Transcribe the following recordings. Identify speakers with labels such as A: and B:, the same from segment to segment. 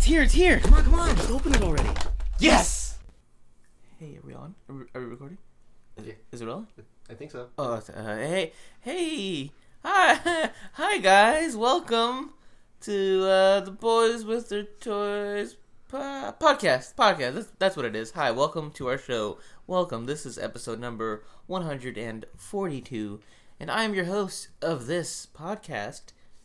A: here. It's here.
B: Come on, come on. Just open it already.
A: Yes. Hey, are we on? Are we, are we recording?
C: Yeah,
A: Is it on?
C: I think so.
A: Oh, it's, uh, hey, hey, hi, hi, guys. Welcome to uh, the Boys with Their Toys po- podcast. Podcast. That's, that's what it is. Hi, welcome to our show. Welcome. This is episode number one hundred and forty-two, and I am your host of this podcast,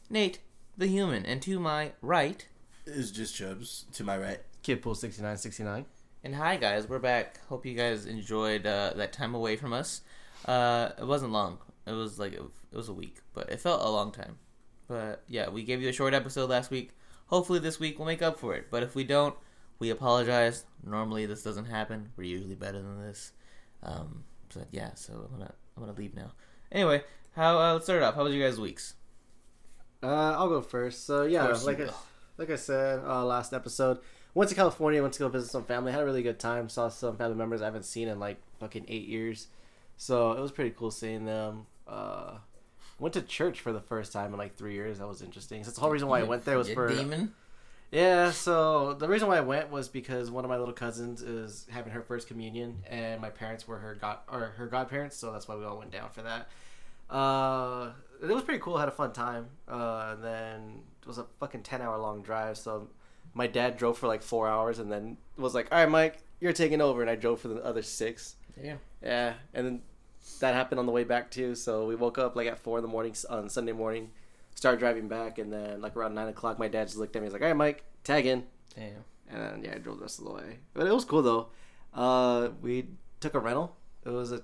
A: Nate, the human, and to my right.
B: It's just Chubbs to my right.
C: Kid pool sixty nine sixty nine.
A: And hi guys, we're back. Hope you guys enjoyed uh, that time away from us. Uh, it wasn't long. It was like it was a week, but it felt a long time. But yeah, we gave you a short episode last week. Hopefully this week we'll make up for it. But if we don't, we apologize. Normally this doesn't happen. We're usually better than this. Um, but yeah, so I'm gonna I'm gonna leave now. Anyway, how uh, let's start it off. How was your guys' weeks?
C: Uh, I'll go first. So yeah,
A: Of course
C: like
A: you
C: I,
A: will.
C: like I said uh, last episode, went to California, went to go visit some family, had a really good time, saw some family members I haven't seen in like fucking eight years, so it was pretty cool seeing them. Uh, went to church for the first time in like three years. That was interesting. So that's the whole reason why Oh, I went there was
A: You
C: for
A: demon.
C: Yeah, so the reason why I went was because one of my little cousins is having her first communion, and my parents were her god or her godparents, so that's why we all went down for that. Uh, it was pretty cool. Had a fun time. Uh, and then it was a fucking ten hour long drive, so my dad drove for like four hours, and then was like, "All right, Mike, you're taking over," and I drove for the other six.
A: Yeah.
C: Yeah, and then that happened on the way back too. So we woke up like at four in the morning s- on Sunday morning, started driving back, and then like around nine o'clock, my dad just looked at me. He's like, "All right, Mike, tag in,"
A: Damn.
C: and then yeah, I drove the rest of the way. But it was cool though. Uh, we took a rental. It was a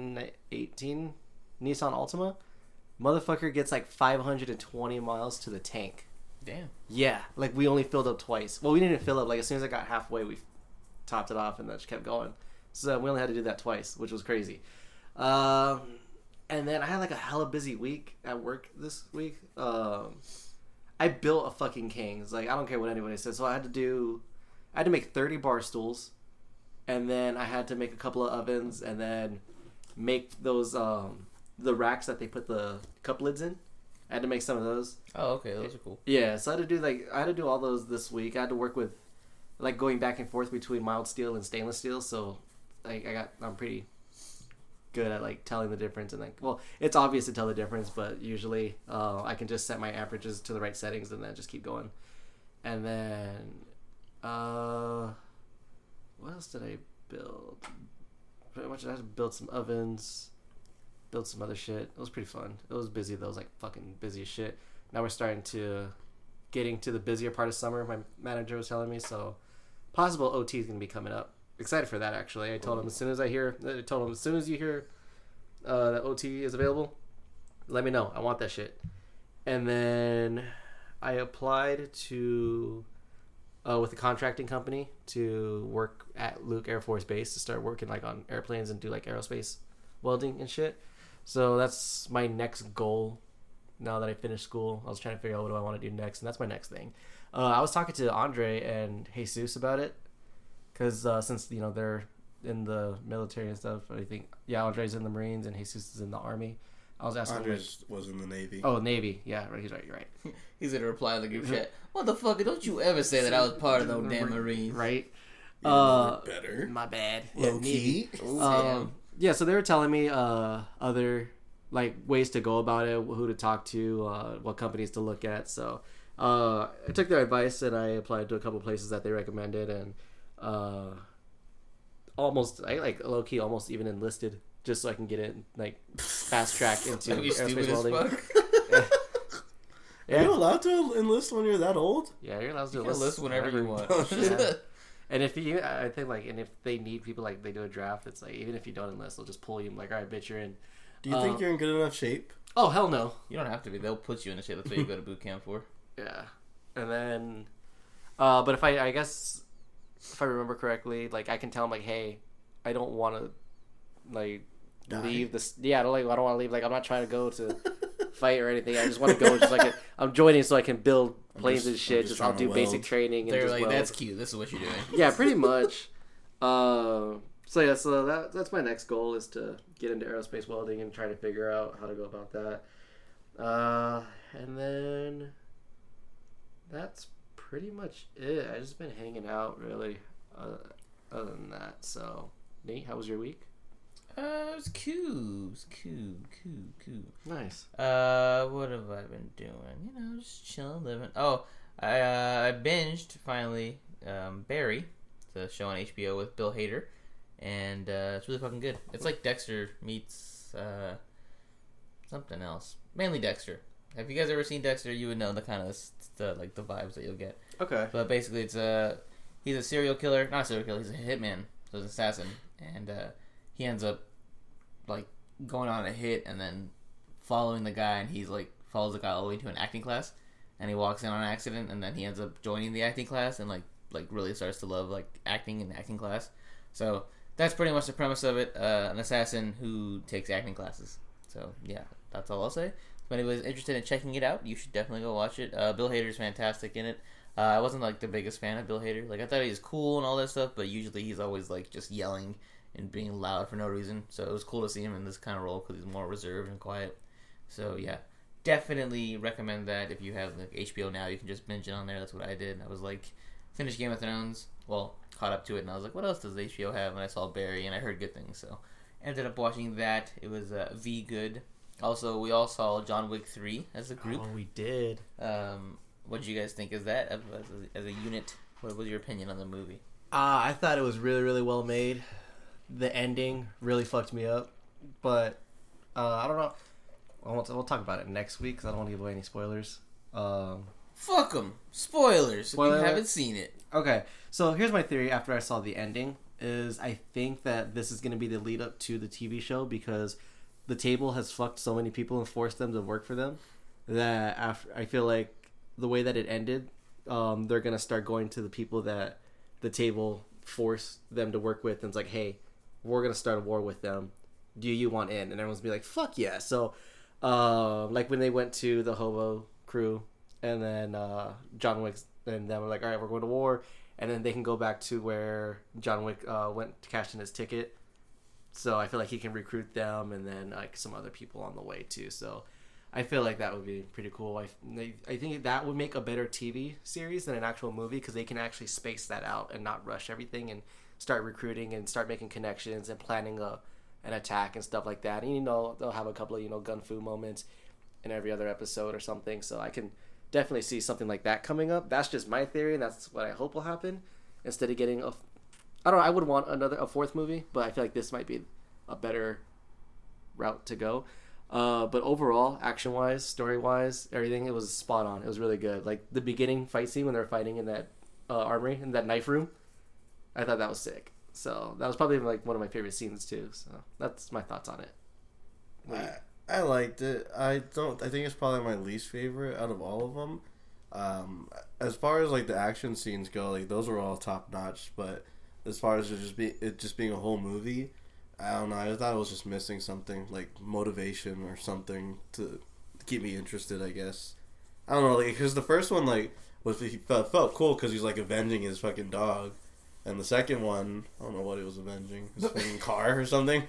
C: 2018 Nissan Altima. Motherfucker gets like 520 miles to the tank.
A: Damn.
C: Yeah, like we only filled up twice. Well, we didn't fill up. Like as soon as I got halfway, we topped it off and then just kept going. So we only had to do that twice, which was crazy. Um, and then I had like a hella busy week at work this week. Um, I built a fucking king's. Like I don't care what anybody says. So I had to do, I had to make thirty bar stools, and then I had to make a couple of ovens, and then make those um the racks that they put the cup lids in. I had to make some of those.
A: Oh, okay. Those are cool.
C: Yeah, so I had to do like I had to do all those this week. I had to work with like going back and forth between mild steel and stainless steel. So like I got I'm pretty good at like telling the difference and like well it's obvious to tell the difference, but usually uh, I can just set my averages to the right settings and then just keep going. And then uh, what else did I build? Pretty much I had to build some ovens, build some other shit. It was pretty fun. It was busy though. It was like fucking busy as shit now we're starting to getting to the busier part of summer my manager was telling me so possible ot is going to be coming up excited for that actually i told him as soon as i hear i told him as soon as you hear uh, that ot is available let me know i want that shit and then i applied to uh, with a contracting company to work at luke air force base to start working like on airplanes and do like aerospace welding and shit so that's my next goal now that I finished school. I was trying to figure out what do I want to do next, and that's my next thing. Uh, I was talking to Andre and Jesus about it because uh, since you know they're in the military and stuff, I think yeah, Andre's in the Marines and Jesus is in the Army. I was asking, him,
B: Andres was in the Navy.
C: like, oh Navy, yeah, right, he's right, you're right,
A: He's gonna reply in the group chat. Motherfucker, don't you ever say that I was part of those damn Marines.
C: right.
B: You
C: Uh,
B: were better.
C: My bad.
B: Low key.
C: Um, yeah, so they were telling me uh, other like ways to go about it, who to talk to, uh, what companies to look at. So uh, I took their advice and I applied to a couple places that they recommended, and uh, almost I like low key almost even enlisted just so I can get it like fast track into
A: Like, you stupid as
C: aerospace welding.
A: fuck.
B: Are
C: Yeah.
B: you allowed to enlist when you're that old?
C: Yeah, you're allowed to
A: You can
C: enlist
A: list whenever you want.
C: Yeah. And if you, I think like, and if they need people, like they do a draft, it's like even if you don't enlist, they'll just pull you. Like, all right, bitch, you're in.
B: Do you
C: Uh,
B: think you're in good enough shape?
C: Oh hell no.
A: You don't have to be. They'll put you in the shit. That's what you go to boot camp for.
C: Yeah, and then, uh, but if I, I guess, if I remember correctly, like I can tell him like, hey, I don't want to, like,
B: Die.
C: leave this. Yeah, I don't like. I don't want to leave. Like, I'm not trying to go to fight or anything. I just want to go. Just like i I'm joining so I can build planes
B: just-
C: and
B: I'm
C: shit.
B: just
C: Just, I'll
B: trying to
C: do basic
B: weld.
C: training. And
A: They're
C: just
A: like,
C: weld.
A: that's cute. This is what you're doing.
C: yeah, pretty much. um, so yeah, so that that's my next goal is to get into aerospace welding and try to figure out how to go about that. Uh, and then that's
D: pretty much it. I just been hanging out really. Uh, other than that, so Nate, how was your week?
A: Uh, it was cool. It was cool, cool, cool.
D: Nice.
A: Uh, what have I been doing? You know, just chilling, living. Oh, I uh, I binged finally. Um, Barry, the show on HBO with Bill Hader, and uh, it's really fucking good. It's like Dexter meets uh, something else, mainly Dexter. If you guys ever seen Dexter, you would know the kind of s- the like the vibes that you'll get.
D: Okay.
A: But basically, it's a he's a serial killer, not a serial killer. He's a hitman, so he's an assassin, and uh, he ends up like going on a hit and then following the guy, and he's like follows the guy all the way to an acting class, and he walks in on an accident, and then he ends up joining the acting class, and like like really starts to love like acting and acting class. So that's pretty much the premise of it. Uh, an assassin who takes acting classes. So yeah, that's all I'll say. If anybody's interested in checking it out, you should definitely go watch it. Uh, Bill Hader's fantastic in it. Uh, I wasn't like the biggest fan of Bill Hader. Like I thought he was cool and all that stuff, but usually he's always like just yelling and being loud for no reason. So it was cool to see him in this kind of role because he's more reserved and quiet. So yeah, definitely recommend that if you have like HBO now, you can just binge it on there. That's what I did. I was like, finished Game of Thrones, well, caught up to it, and I was like, what else does HBO have? And I saw Barry, and I heard good things. So ended up watching that. It was uh, V good. Also, we all saw John Wick three as a group.
C: Oh, we did.
A: Um, what do you guys think? Is that as a, as a unit? What was your opinion on the movie?
C: Uh, I thought it was really, really well made. The ending really fucked me up, but uh, I don't know. I won't, we'll talk about it next week because I don't want to give away any spoilers. Um,
A: Fuck them! Spoilers.
C: Spoiler
A: If
C: alert.
A: you haven't seen it,
C: okay, so here's my theory. After I saw the ending, is I think that this is going to be the lead up to the TV show because the table has fucked so many people and forced them to work for them that after I feel like the way that it ended, um, they're gonna start going to the people that the table forced them to work with, and it's like, hey, we're gonna start a war with them. Do you want in? And everyone's gonna be like, fuck yeah. So, uh, like when they went to the hobo crew, and then uh, John Wick and them were like, all right, we're going to war, and then they can go back to where John Wick uh, went to cash in his ticket. So I feel like he can recruit them, and then like some other people on the way too. So. I feel like that would be pretty cool. I, I think that would make a better TV series than an actual movie because they can actually space that out and not rush everything and start recruiting and start making connections and planning a an attack and stuff like that. And you know they'll have a couple of you know gun fu moments in every other episode or something. So I can definitely see something like that coming up. That's just my theory and that's what I hope will happen. Instead of getting a, I don't know. I would want another a fourth movie, but I feel like this might be a better route to go. Uh, but overall, action wise, story wise, everything it was spot on. It was really good. Like the beginning fight scene when they're fighting in that uh, armory in that knife room, I thought that was sick. So that was probably like one of my favorite scenes too. So that's my thoughts on it.
B: I, I liked it. I don't. I think it's probably my least favorite out of all of them. Um, as far as like the action scenes go, like those were all top notch. But as far as it just be it just being a whole movie, I don't know. I thought I was just missing something like motivation or something to keep me interested. I guess I don't know. Like because the first one like was he felt, felt cool because he's like avenging his fucking dog. And the second one, I don't know what he was avenging, his fucking car or something.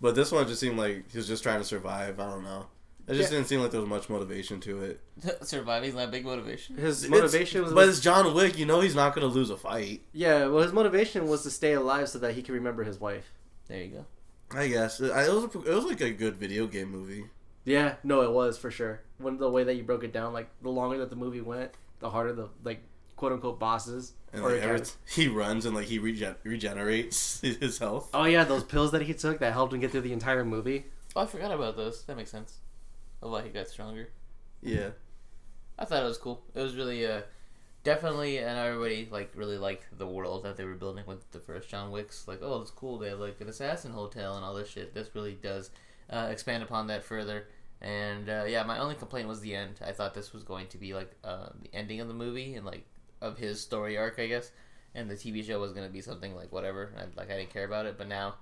B: But this one just seemed like he was just trying to survive. I don't know. It just didn't seem like there was much motivation to it.
A: surviving's my big motivation.
C: His
B: It's-
C: motivation was
B: but it's John Wick. You know he's not going to lose a fight.
C: yeah. Well, his motivation was to stay alive so that he can remember his wife.
A: There you go.
B: I guess it, I- it was. It was like a good video game movie.
C: Yeah, no, it was for sure. When the way that you broke it down, like the longer that the movie went, the harder the like quote unquote bosses
B: And
C: or
B: like every,
C: guys-
B: he runs and like he regen- regenerates his health.
C: Oh yeah, those pills that he took that helped him get through the entire movie.
A: Oh, I forgot about those. That makes sense. Of why he got stronger.
B: Yeah,
A: I thought it was cool. It was really uh definitely and everybody like really liked the world that they were building with the first John Wick's like, oh it's cool, they have like an assassin hotel and all this shit. This really does uh, expand upon that further. And uh, yeah, my only complaint was the end. I thought this was going to be like uh, the ending of the movie and like of his story arc, I guess. And the TV show was going to be something like whatever. I, like I didn't care about it, but now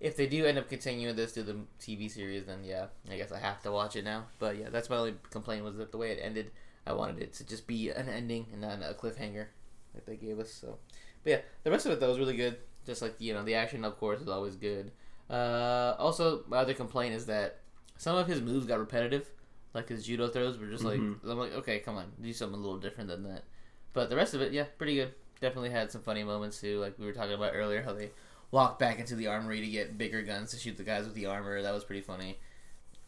A: if they do end up continuing this through the TV series, then yeah, I guess I have to watch it now. But yeah, that's my only complaint was that the way it ended, I wanted it to just be an ending and not a cliffhanger that they gave us. So, but yeah, the rest of it though was really good. Just like you know, the action of course is always good. Uh, also, my other complaint is that some of his moves got repetitive. Like his judo throws were just like I'm like, okay, come on, do something a little different than that. But the rest of it, yeah, pretty good. Definitely had some funny moments too, like we were talking about earlier, how they walked back into the armory to get bigger guns to shoot the guys with the armor. That was pretty funny.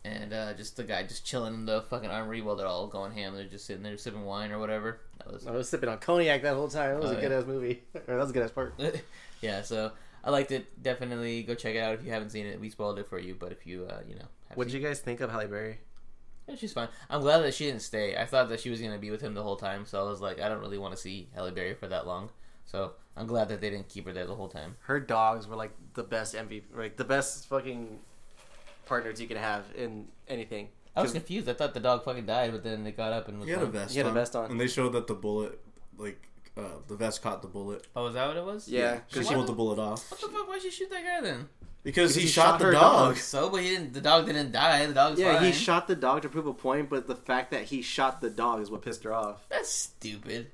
A: And uh, just the guy just chilling in the fucking armory while they're all going ham. They're just sitting there sipping wine or whatever. That was
E: I was sipping on cognac that whole time. That was
A: Oh,
E: a
A: yeah.
E: good ass movie. or that was a good ass part.
A: yeah. So I liked it. Definitely go check it out if you haven't seen it. We spoiled it for you, but if you uh, you know, have
E: What did
A: seen-
E: you guys think of Halle Berry?
A: Yeah, she's fine. I'm glad that she didn't stay. I thought that she was gonna be with him the whole time, so I was like, I don't really want to see Halle Berry for that long. So I'm glad that they didn't keep her there the whole time.
C: Her dogs were like the best MVP, like the best fucking partners you could have in anything.
A: I was confused. I thought the dog fucking died, but then it got up and was
B: He had a
A: fine.
B: vest.
C: He had a
B: on,
C: vest on.
B: and they showed that the bullet, like uh, the vest, caught the bullet.
A: Oh, is that what it was?
C: Yeah,
B: she
C: 'cause
A: she-
B: pulled the bullet off
A: What the fuck? Why'd she shoot that guy then?
B: because he,
C: he
B: shot,
C: shot
B: the
C: her
B: dog.
A: So, but he didn't. The dog didn't die. The dog's
E: Yeah,
A: fine.
E: he shot the dog to prove a point, but the fact that he shot the dog is what pissed her off.
A: That's stupid.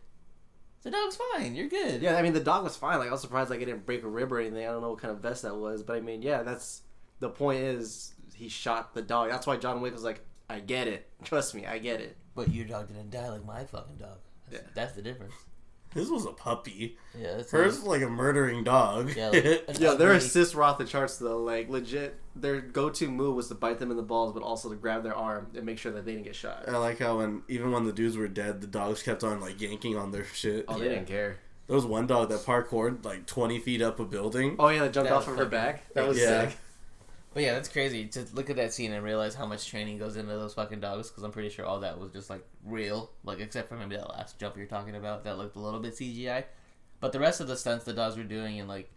A: The dog's fine. You're good.
C: Yeah, I mean the dog was fine. Like I was surprised like it didn't break a rib or anything. I don't know what kind of vest that was, but I mean, yeah, that's the point is he shot the dog. That's why John Wick was like, I get it. Trust me, I get it.
A: But your dog didn't die like my fucking dog. That's,
C: Yeah.
A: that's the difference.
B: His was a puppy.
A: Yeah. That's
B: Hers was like a murdering dog.
A: Yeah. Like, an
C: Yeah, their
A: ugly-
C: assists were off the charts though. Like legit, their go-to move was to bite them in the balls, but also to grab their arm and make sure that they didn't get shot.
B: I like how when even when the dudes were dead, the dogs kept on like yanking on their shit.
C: Oh,
A: Yeah.
C: they didn't care.
B: There was one dog that parkoured like twenty feet up a building.
C: Oh yeah, that jumped
A: That
C: off
A: was
C: of her
A: fucking-
C: back. That was
B: Yeah.
C: sick.
A: But yeah, that's crazy to look at that scene and realize how much training goes into those fucking dogs. Because I'm pretty sure all that was just like real, like except for maybe that last jump you're talking about that looked a little bit CGI. But the rest of the stunts the dogs were doing and like,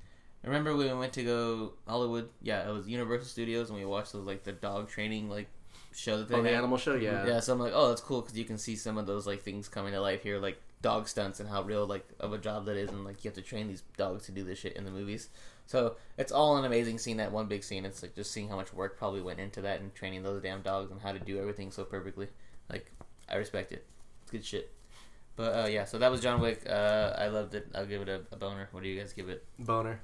A: remember when we went to go Hollywood? Yeah, it was Universal Studios and we watched those like the dog training like show that they
C: Oh, the
A: had.
C: animal show, yeah.
A: Yeah, so I'm like, oh, that's cool because you can see some of those like things coming to life here, like dog stunts and how real like of a job that is, and like you have to train these dogs to do this shit in the movies. So it's all an amazing scene. That one big scene. It's like just seeing how much work probably went into that and training those damn dogs and how to do everything so perfectly. Like I respect it. It's good shit. But uh, yeah, so that was John Wick. Uh, I loved it. I'll give it a, a boner. What do you guys give it?
C: Boner.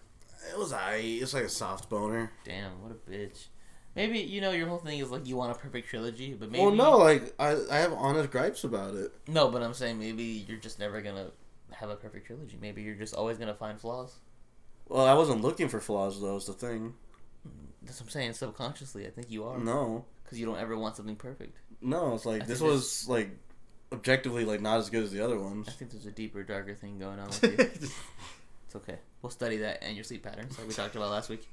B: It was I. It's like a soft boner.
A: Damn, what a bitch. Maybe you know your whole thing is like you want a perfect trilogy, but maybe
B: Well, no, like I, I have honest gripes about it.
A: No, but I'm saying maybe you're just never gonna have a perfect trilogy. Maybe you're just always gonna find flaws.
B: Well, I wasn't looking for flaws though. Is the thing.
A: That's what I'm saying. Subconsciously, I think you are
B: No,
A: because you don't ever want something perfect.
B: no. It's like
A: I
B: this
A: think
B: was like objectively like not as good as the other ones.
A: I think there's a deeper, darker thing going on with you. it's okay. We'll study that and your sleep patterns, like we talked about last week.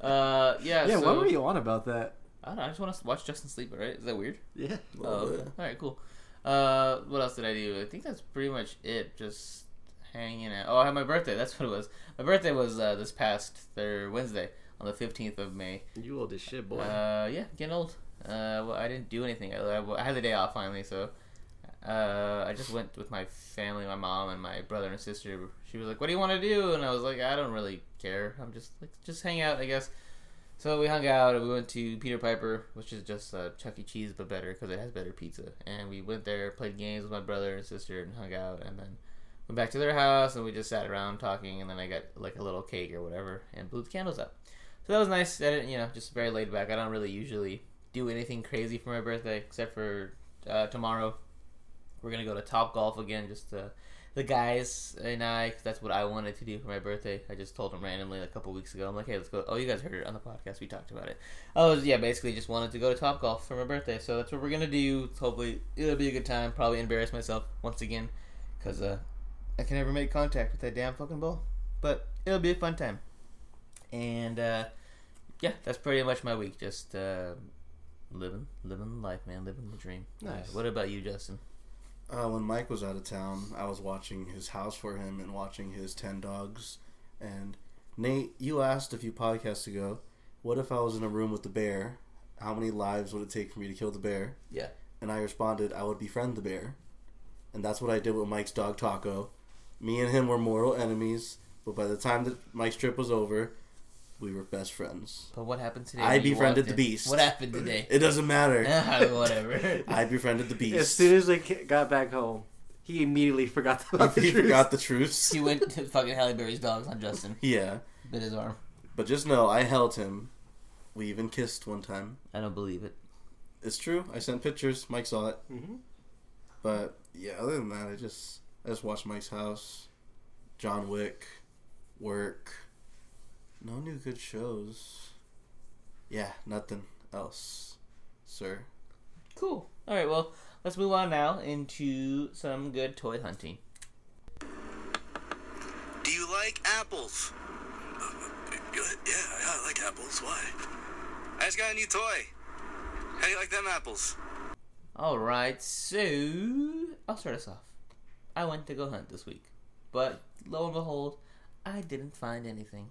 A: Uh, yeah.
E: Yeah,
A: so,
E: what were you on about that?
A: I don't know. I just want to watch Justin sleep. all Right? Is that weird?
E: Yeah.
B: A
A: Oh,
B: little
A: okay.
B: bit.
A: All right, cool. Uh, what else did I do? I think that's pretty much it. Just hanging out. Oh, I had my birthday. That's what it was. My birthday was uh, this past thir- Wednesday on the 15th of May.
E: You old as shit, boy.
A: Uh, yeah, getting old. Uh, well, I didn't do anything. I, I- I had the day off finally, so uh, I just went with my family, my mom, and my brother and sister. She was like, "What do you want to do?" And I was like, "I don't really care. I'm just like just hang out, I guess." So we hung out. and We went to Peter Piper, which is just uh, Chuck E. Cheese but better because it has better pizza. And we went there, played games with my brother and sister, and hung out. And then went back to their house, and we just sat around talking. And then I got like a little cake or whatever, and blew the candles up. So that was nice. I didn't, you know, just very laid back. I don't really usually do anything crazy for my birthday except for uh, tomorrow. We're gonna go to Top Golf again, just to, the guys and I. 'cause that's what I wanted to do for my birthday. I just told them randomly a couple weeks ago. I'm like, hey, let's go. Oh, you guys heard it on the podcast. We talked about it. Oh, yeah, basically just wanted to go to Top Golf for my birthday. So that's what we're gonna do. Hopefully, it'll be a good time. Probably embarrass myself once again, cause uh, I can never make contact with that damn fucking ball. But it'll be a fun time. And uh, yeah, that's pretty much my week. Just uh, living, living life, man, living the dream.
E: Nice.
A: Uh, what about you, Justin?
B: Uh, when Mike was out of town, I was watching his house for him and watching his 10 dogs. And Nate, you asked a few podcasts ago, what if I was in a room with the bear? How many lives would it take for me to kill the bear?
A: Yeah.
B: And I responded, I would befriend the bear. And that's what I did with Mike's dog Taco. Me and him were mortal enemies, but by the time that Mike's trip was over, we were best friends.
A: But what happened today?
B: I
A: when you
B: befriended
A: walked
B: the
A: in?
B: beast.
A: What happened today?
B: It doesn't matter.
A: Ah, Whatever.
B: I befriended the beast.
C: As soon as they ca- got back home, he immediately forgot about the
B: he
C: truth.
B: forgot the truce.
A: he went to fucking Halle Berry's dogs on Justin.
B: Yeah.
A: Bit his arm.
B: But just know, I held him. We even kissed one time.
A: I don't believe it.
B: It's true. I sent pictures. Mike saw it.
C: Mhm.
B: But yeah, other than that, I just I just watched Mike's House, John Wick, Work. No new good shows. Yeah, nothing else, sir.
A: Cool. All right. Well, let's move on now into some good toy hunting.
F: Do you like apples? Uh, Yeah, yeah, I like apples. Why? I just got a new toy. How do you like them apples?
A: All right. So I'll start us off. I went to go hunt this week, but lo and behold, I didn't find anything.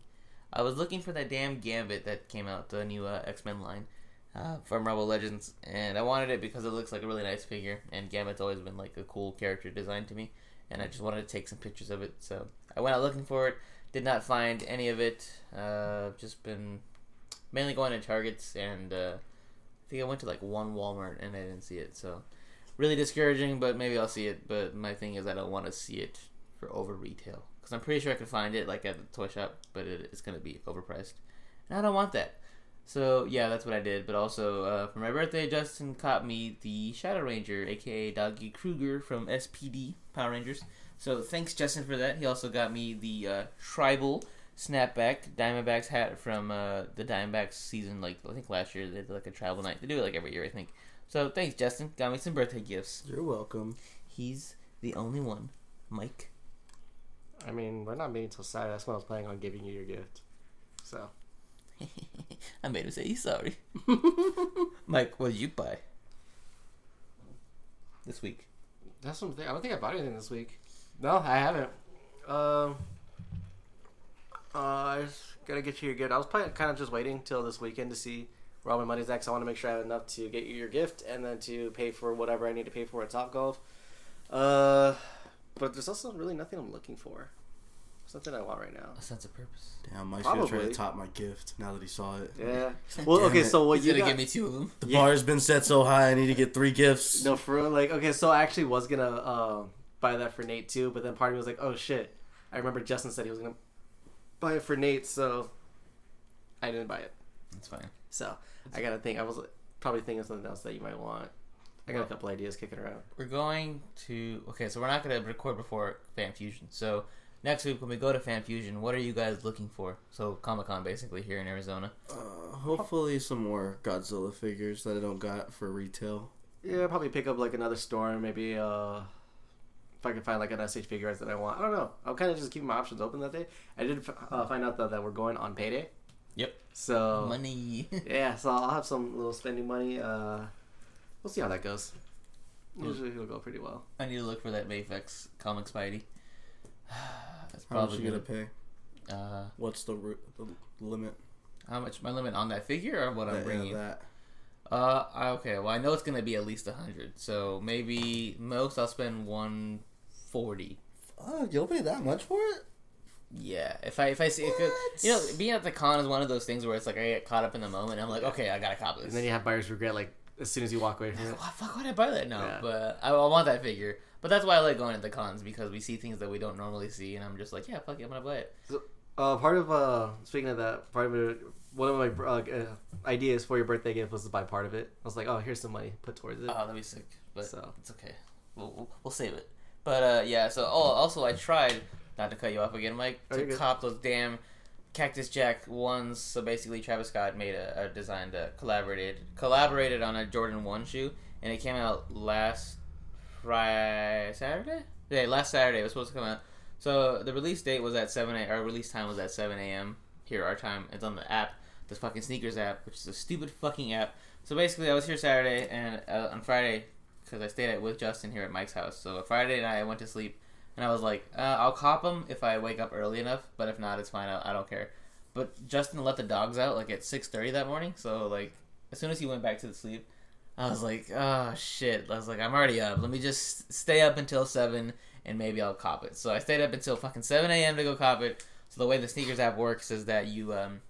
A: I was looking for that damn Gambit that came out the new uh, X Men line uh, from Rebel Legends, and I wanted it because it looks like a really nice figure, and Gambit's always been like a cool character design to me, and I just wanted to take some pictures of it. So I went out looking for it, did not find any of it. Uh, just been mainly going to Targets, and uh, I think I went to like one Walmart, and I didn't see it. So really discouraging, but maybe I'll see it. But my thing is, I don't want to see it for over retail because I'm pretty sure I can find it like at the toy shop, but it, it's gonna be overpriced, and I don't want that. So yeah, that's what I did. But also uh, for my birthday, Justin caught me the Shadow Ranger, aka Doggy Kruger from SPD Power Rangers. So thanks, Justin, for that. He also got me the uh, tribal snapback Diamondbacks hat from uh, the Diamondbacks season. Like I think last year they did like a tribal night. They do it like every year, I think. So thanks, Justin. Got me some birthday gifts.
B: You're welcome.
A: He's the only one, Mike.
C: I mean, we're not meeting until Saturday. That's when I was planning on giving you your gift. So
A: I made him say he's sorry. Mike, what did you buy this week?
C: that's something. I don't think I bought anything this week. No, I haven't. Um, uh, I just gotta get you your gift. I was probably kind of just waiting till this weekend to see where all my money's at. Cause I want to make sure I have enough to get you your gift and then to pay for whatever I need to pay for at Top Golf. Uh, but there's also really nothing I'm looking for. There's nothing I want right now.
A: A sense of purpose.
B: Damn, Mike's gonna try to
C: Probably.
B: top my gift now that he saw it.
C: Yeah. Well,
B: Damn
C: okay.
B: it.
C: So what
A: He's
C: you
A: gonna
C: got-
A: give me two of them.
B: The
C: Yeah.
B: bar's been set so high. I need to get three gifts.
C: No, for real, like okay, so I actually was gonna um, buy that for Nate too, but then part of me was like, oh shit, I remember Justin said he was gonna buy it for Nate, so I didn't buy it.
A: That's fine.
C: So I gotta think. I was probably thinking something else that you might want. I got a couple ideas kicking around.
A: We're going to okay, so we're not gonna record before Fan Fusion. So next week when we go to Fan Fusion, what are you guys looking for? So Comic Con basically here in Arizona.
B: Uh, hopefully, some more Godzilla figures that I don't got for retail.
C: Yeah, I'll probably pick up like another storm, maybe uh, if I can find like an SH figure that I want. I don't know. I'm kind of just keeping my options open that day. I did f- uh, find out though that we're going on payday.
A: Yep.
B: Oh.
C: So
A: Money.
C: Yeah, so I'll have some little spending money. Uh, we'll see how that goes. Usually it'll go pretty well.
A: I need to look for that Mafex comic Spidey. That's
B: How much
A: probably
B: you gonna
A: good.
B: pay?
A: Uh,
B: What's the, ru- the limit?
A: how much my limit on that figure or what I'm
B: that- yeah,
A: bringing?
B: that.
A: Uh, I- okay. Well, I know it's gonna be at least a hundred, so maybe most I'll spend one forty.
B: Oh, you'll pay that much for it?
A: Yeah, if I if I see, if it, you know, being at the con is one of those things where it's like I get caught up in the moment. I'm like, okay, I gotta cop this.
C: And then you have buyer's regret, like, as soon as you walk away from it.
A: Why fuck would I buy that? No,
C: Yeah.
A: but I, I want that figure. But that's why I like going to the cons because we see things that we don't normally see, and I'm just like, yeah, fuck it, I'm gonna buy it.
C: Uh, part of, uh, speaking of that, part of it, one of my uh, uh, ideas for your birthday gift was to buy part of it. I was like, oh, here's some money put towards it.
A: Oh, that'd be sick. But
C: So.
A: it's okay. We'll, we'll, we'll save it. But uh, yeah. So oh, also I tried not to cut you off again, Mike,
C: Oh,
A: to
C: you're good.
A: cop those damn Cactus Jack ones. So basically, Travis Scott made a, a designed a collaborated collaborated on a Jordan One shoe, and it came out last Friday, Saturday. Yeah, last Saturday it was supposed to come out. So the release date was at seven a. Our release time was at seven a.m. Here, our time. It's on the app, this fucking sneakers app, which is a stupid fucking app. So basically, I was here Saturday and uh, on Friday because I stayed at, with Justin here at Mike's house. So Friday night, I went to sleep and I was like, uh, I'll cop them if I wake up early enough, but if not, it's fine. I, I don't care. But Justin let the dogs out like at six thirty that morning. So like, as soon as he went back to sleep, I was like, oh shit. I was like, I'm already up. Let me just stay up until seven and maybe I'll cop it. So I stayed up until fucking seven a.m. to go cop it. So the way the sneakers app works is that you um,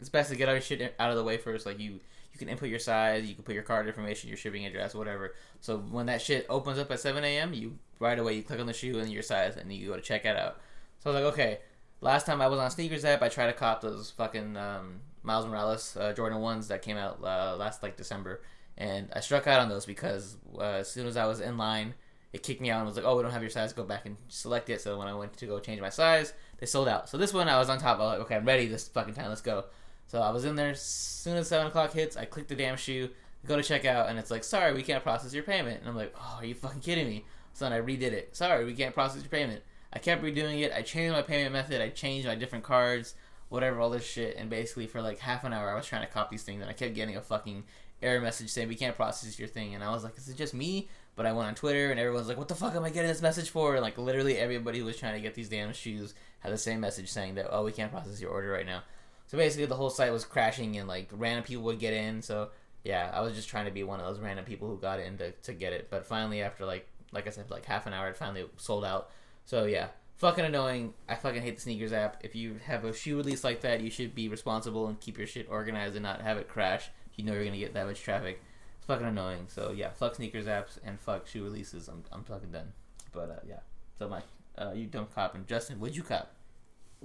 A: it's best to get all your shit out of the way first. Like you you can input your size, you can put your card information, your shipping address, whatever. So when that shit opens up at 7 a.m., you right away you click on the shoe and your size, and you go to check it out. So I was like, okay. Last time I was on sneakers app, I tried to cop those fucking um, Miles Morales uh, Jordan ones that came out uh, last like December, and I struck out on those because uh, as soon as I was in line it kicked me out and was like, "Oh, we don't have your size. Go back and select it." So when I went to go change my size, they sold out. So this one, I was on top. I was like, "Okay, I'm ready this fucking time. Let's go." So I was in there. As soon as seven o'clock hits, I click the damn shoe, go to checkout, and it's like, "Sorry, we can't process your payment." And I'm like, "Oh, are you fucking kidding me?" So then I redid it. Sorry, we can't process your payment. I kept redoing it. I changed my payment method. I changed my different cards, whatever, all this shit. And basically, for like half an hour, I was trying to copy these things, and I kept getting a fucking error message saying we can't process your thing. And I was like, is it just me? But I went on Twitter, and everyone's like, what the fuck am I getting this message for? And like literally everybody who was trying to get these damn shoes had the same message saying that oh we can't process your order right now. So basically, the whole site was crashing, and like random people would get in. So yeah, I was just trying to be one of those random people who got in to, to get it. But finally, after like like I said, like half an hour, it finally sold out. So yeah, fucking annoying. I fucking hate the sneakers app. If you have a shoe release like that, you should be responsible and keep your shit organized and not have it crash. You know you're gonna get that much traffic. It's fucking annoying. So yeah, fuck sneakers apps and fuck shoe releases. I'm I'm fucking done. But uh, yeah, so Mike, uh, you don't cop and Justin, would you cop?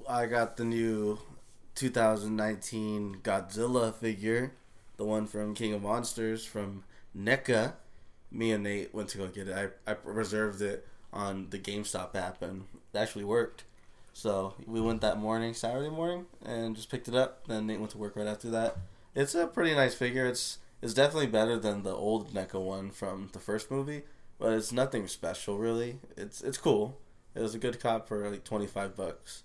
B: I got the new 2019 Godzilla figure, the one from King of Monsters from E NECA. Me and Nate went to go get it. I, I reserved it on the GameStop app and it actually worked. So we went that morning, Saturday morning, and just picked it up. Then Nate went to work right after that. It's a pretty nice figure. It's it's definitely better than the old NECA one from the first movie, but it's nothing special really. It's it's cool. It was a good cop for like twenty five bucks,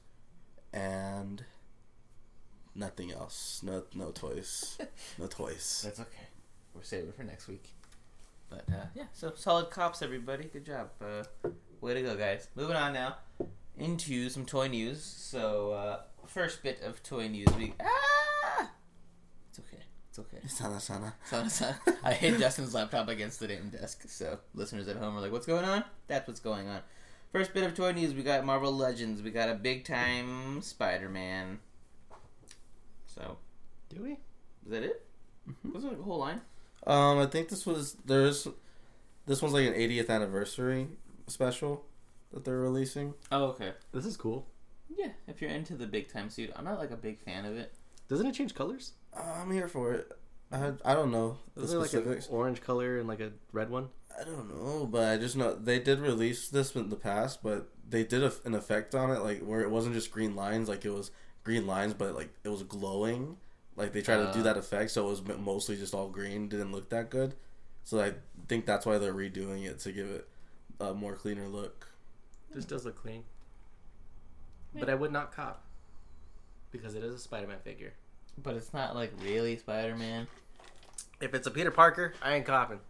B: and nothing else. No no toys. No toys.
A: That's okay. We're saving it for next week. But uh, yeah, so solid cops, everybody. Good job. Uh, way to go, guys. Moving on now into some toy news. So uh, first bit of toy news. We ah, it's okay. It's okay.
B: Sana sana.
A: Son, son. I hit Justin's laptop against the damn desk. So listeners at home are like, "What's going on?" That's what's going on. First bit of toy news. We got Marvel Legends. We got a big time Spider Man. So
E: Do we?
A: is that it? Was it a whole line?
B: Um, I think this was there's this one's like an 80th anniversary special that they're releasing.
A: Oh, okay.
E: This is cool.
A: Yeah, if you're into the big time suit, I'm not like a big fan of it.
E: Doesn't it change colors?
B: Uh, I'm here for it. I I don't know the
E: Isn't there like an
B: specifics.
E: orange color and like a red one?
B: I don't know, but I just know they did release this in the past, but they did a, an effect on it like where it wasn't just green lines, like it was green lines, but like it was glowing. Like they tried to
A: Uh.
B: do that effect, so it was m- mostly just all green. Didn't look that good, so I think that's why they're redoing it to give it a more cleaner look.
E: This does look clean. But I would not cop. Because it is a Spider Man figure.
A: But it's not like really Spider Man.
E: If it's a Peter Parker, I ain't copping.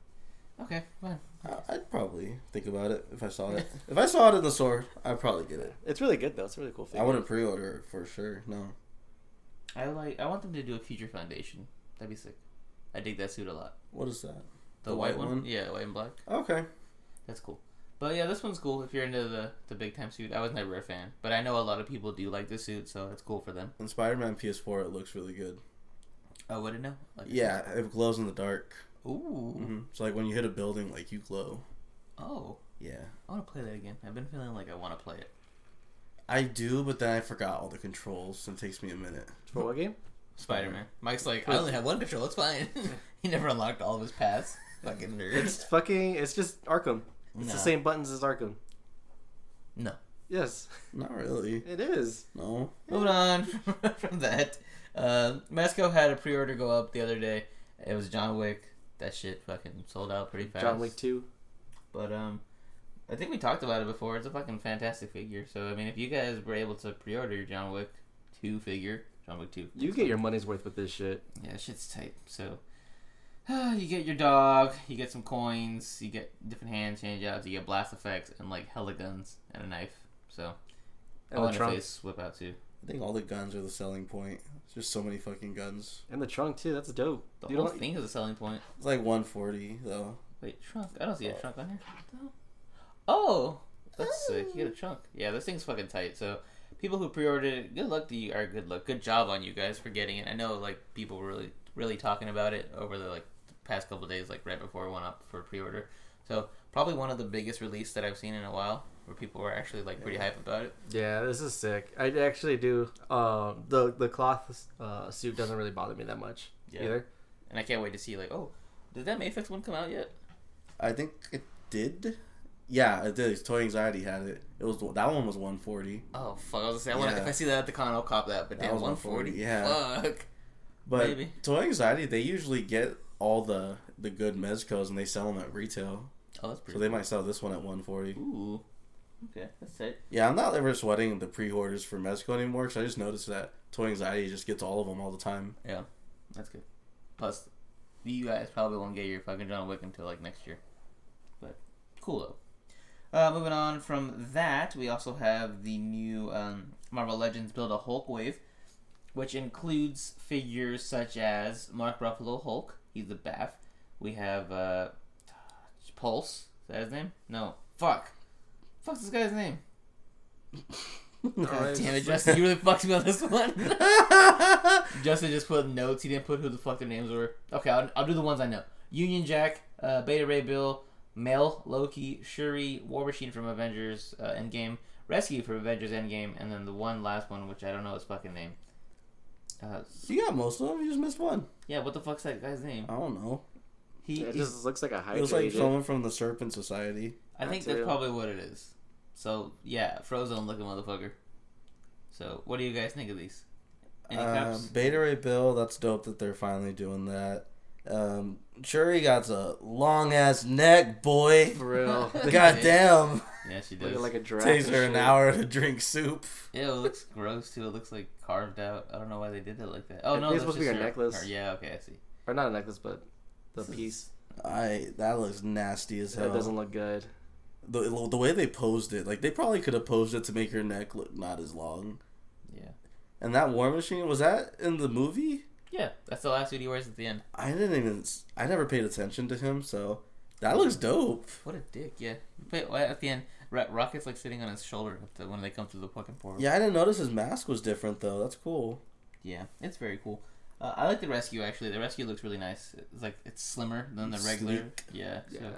A: Okay, fine.
B: I- I'd probably think about it if I saw it. if I saw it in the store, I'd probably get it.
E: It's really good though. It's a really cool
B: I
E: figure.
B: wouldn't pre-order it for sure. No.
A: I like. I want them to do a future foundation. That'd be sick. I dig that suit a lot.
B: What is that?
A: The,
B: The
A: white,
B: white
A: one?
B: one?
A: Yeah, white and black.
B: Okay.
A: That's cool. But yeah, this one's cool if you're into the the big time suit. I was never a fan, but I know a lot of people do like this suit, so it's cool for them.
B: In Spider-Man PS4, it looks really good.
A: I wouldn't know. Like I
B: Yeah, it glows in the dark.
A: said. Ooh.
B: hmm It's like when you hit a building, like you glow.
A: Oh,
B: Yeah.
A: I want to play that again. I've been feeling like I want to play it.
B: I do, but then I forgot all the controls, and it takes me a minute.
E: For what game?
A: Spider Man. Mike's like, I only have one control. It's fine. he never unlocked all of his paths. Fucking nerds.
E: It's fucking. It's just Arkham. It's
A: No.
E: the same buttons as Arkham.
A: No.
E: Yes,
B: Not really.
E: it is.
B: No.
A: Moving on from that, uh, Mesco had a pre-order go up the other day. It was John Wick. That shit fucking sold out pretty fast.
E: John Wick Two.
A: But um, I think we talked about it before. It's a fucking fantastic figure. So I mean, if you guys were able to pre-order your John Wick two figure, John Wick two,
E: You get your money's worth with this shit.
A: yeah, that shit's tight. So you get your dog, you get some coins, you get different hand change outs, you get blast effects, and like hella guns and a knife. So
E: And
A: oh,
E: the
A: and a
E: trunk.
A: face whip out too.
B: I think all the guns are the selling point. There's just so many fucking guns.
E: And the trunk too. That's dope.
A: The
E: you
A: whole
E: don't.
A: thing is a selling point.
B: It's like 140 though.
A: Wait, trunk. I don't see a trunk on here. No. Oh, that's sick. You get a trunk. Yeah, this thing's fucking tight. So, people who pre-ordered it, good luck to you. Or good luck, good job on you guys for getting it. I know like people were really, really talking about it over the like past couple days, like right before it went up for pre-order. So probably one of the biggest release that I've seen in a while, where people were actually like pretty hype about it.
E: Yeah, this is sick. I actually do. Um, the the cloth uh, suit doesn't really bother me that much
A: Yeah.
E: either.
A: And I can't wait to see like, oh, did that Mayfix one come out yet?
B: I think it did. Yeah, it did. Toy Anxiety had it. It was that one was 140.
A: Oh fuck! I was gonna say I wanna,
B: Yeah.
A: if I see that at the con, I'll cop that. But
B: That
A: damn,
B: was
A: one forty.
B: 140, yeah.
A: Fuck.
B: But
A: Maybe.
B: Toy Anxiety, they usually get all the the good mezcos and they sell them at retail.
A: Oh, that's
B: So
A: pretty.
B: they might sell this one at 140.
A: Ooh. Okay, that's it.
B: Yeah, I'm not ever sweating the pre-orders for mezco anymore because I just noticed that Toy Anxiety just gets all of them all the time.
A: Yeah, that's good. Plus, you guys probably won't get your fucking John Wick until like next year. But cool though. Uh, moving on from that, we also have the new um, Marvel Legends Build a Hulk wave, which includes figures such as Mark Ruffalo Hulk. He's the Baff. We have uh, Pulse. Is that his name? No. Fuck. Fuck's this guy's name? God damn it, Justin! You really fucked me on this one. Justin just put notes. He didn't put who the fuck their names were. Okay, I'll, I'll do the ones I know. Union Jack, uh, Beta Ray Bill, Mel, Loki, Shuri, War Machine from Avengers uh, Endgame, Rescue from Avengers Endgame, and then the one last one, which I don't know his fucking name. Uh, s-
B: you got most of them. You just missed one.
A: yeah, what the fuck's that guy's name?
C: Oh,
B: I don't know.
A: He,
C: It
A: he-
C: just looks like a hydra
B: It was like
C: agent.
B: someone from the Serpent Society.
A: I think
C: That's
A: that's
C: real.
A: probably what it is. So yeah, frozen looking motherfucker. So what do you guys think of these? Any
B: Um,
A: cops?
B: Beta Ray Bill, that's dope that they're finally doing that. Um, Shuri got a long ass neck, boy.
C: For real.
B: God damn.
A: Yeah, she does.
C: Looking like a giraffe.
B: Takes
C: and
B: her an
C: shit.
B: hour to drink soup.
A: Yeah, it looks gross too. It looks like carved out. I don't know why they did it like that. Oh
C: I
A: no,
C: think
A: that's
C: it's supposed to be
A: just
C: a
A: her-
C: necklace.
A: her- Yeah, okay, I see.
C: Or not a necklace, but the
A: This is-
C: piece.
B: I that looks nasty as hell.
C: That doesn't look good.
B: the the way they posed it, like they probably could have posed it to make her neck look not as long.
A: Yeah,
B: And that War Machine was that in the movie?
A: yeah, that's the last suit he wears at the end.
B: I didn't even I never paid attention to him, so that looks dope.
A: What a dick. Yeah, but why- at the end, Ro- Rocket's like sitting on his shoulder at the- when they come through the fucking portal.
B: Yeah, I didn't notice his mask was different though. That's cool.
A: yeah, it's very cool. Uh, I like the rescue actually. The rescue looks really nice. It's like it's slimmer than the regular.
B: Sleek.
A: Yeah, so
C: Yeah.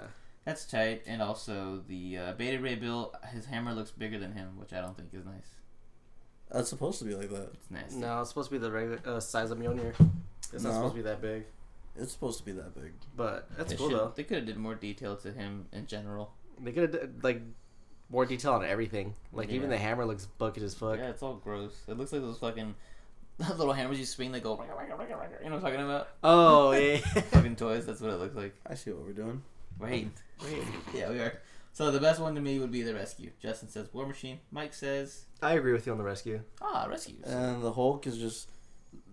A: that's tight. And also the uh, Beta Ray Bill, his hammer looks bigger than him, which I don't think is nice.
B: That's supposed to be like that.
A: It's nasty.
C: No, it's supposed to be the regular uh, size of Mjolnir. It's
B: No.
C: not supposed to be that big,
B: It's supposed to be that big.
C: but that's
A: They
C: cool
A: should-
C: though.
A: They could have did more detail to him in general.
C: They could have like more detail on everything. Like even
A: Yeah.
C: the hammer looks bucket as fuck.
A: Yeah, it's all gross. It looks like those fucking those little hammers you swing that go. You know what I'm talking about?
C: Oh yeah.
A: fucking toys. That's what it looks like.
B: I see what we're doing.
A: Right.
C: Wait,
A: Yeah, we are. So the best one to me would be the rescue. Justin says War Machine. Mike says
C: I agree with you on the rescue.
A: Ah rescues.
B: And the Hulk is just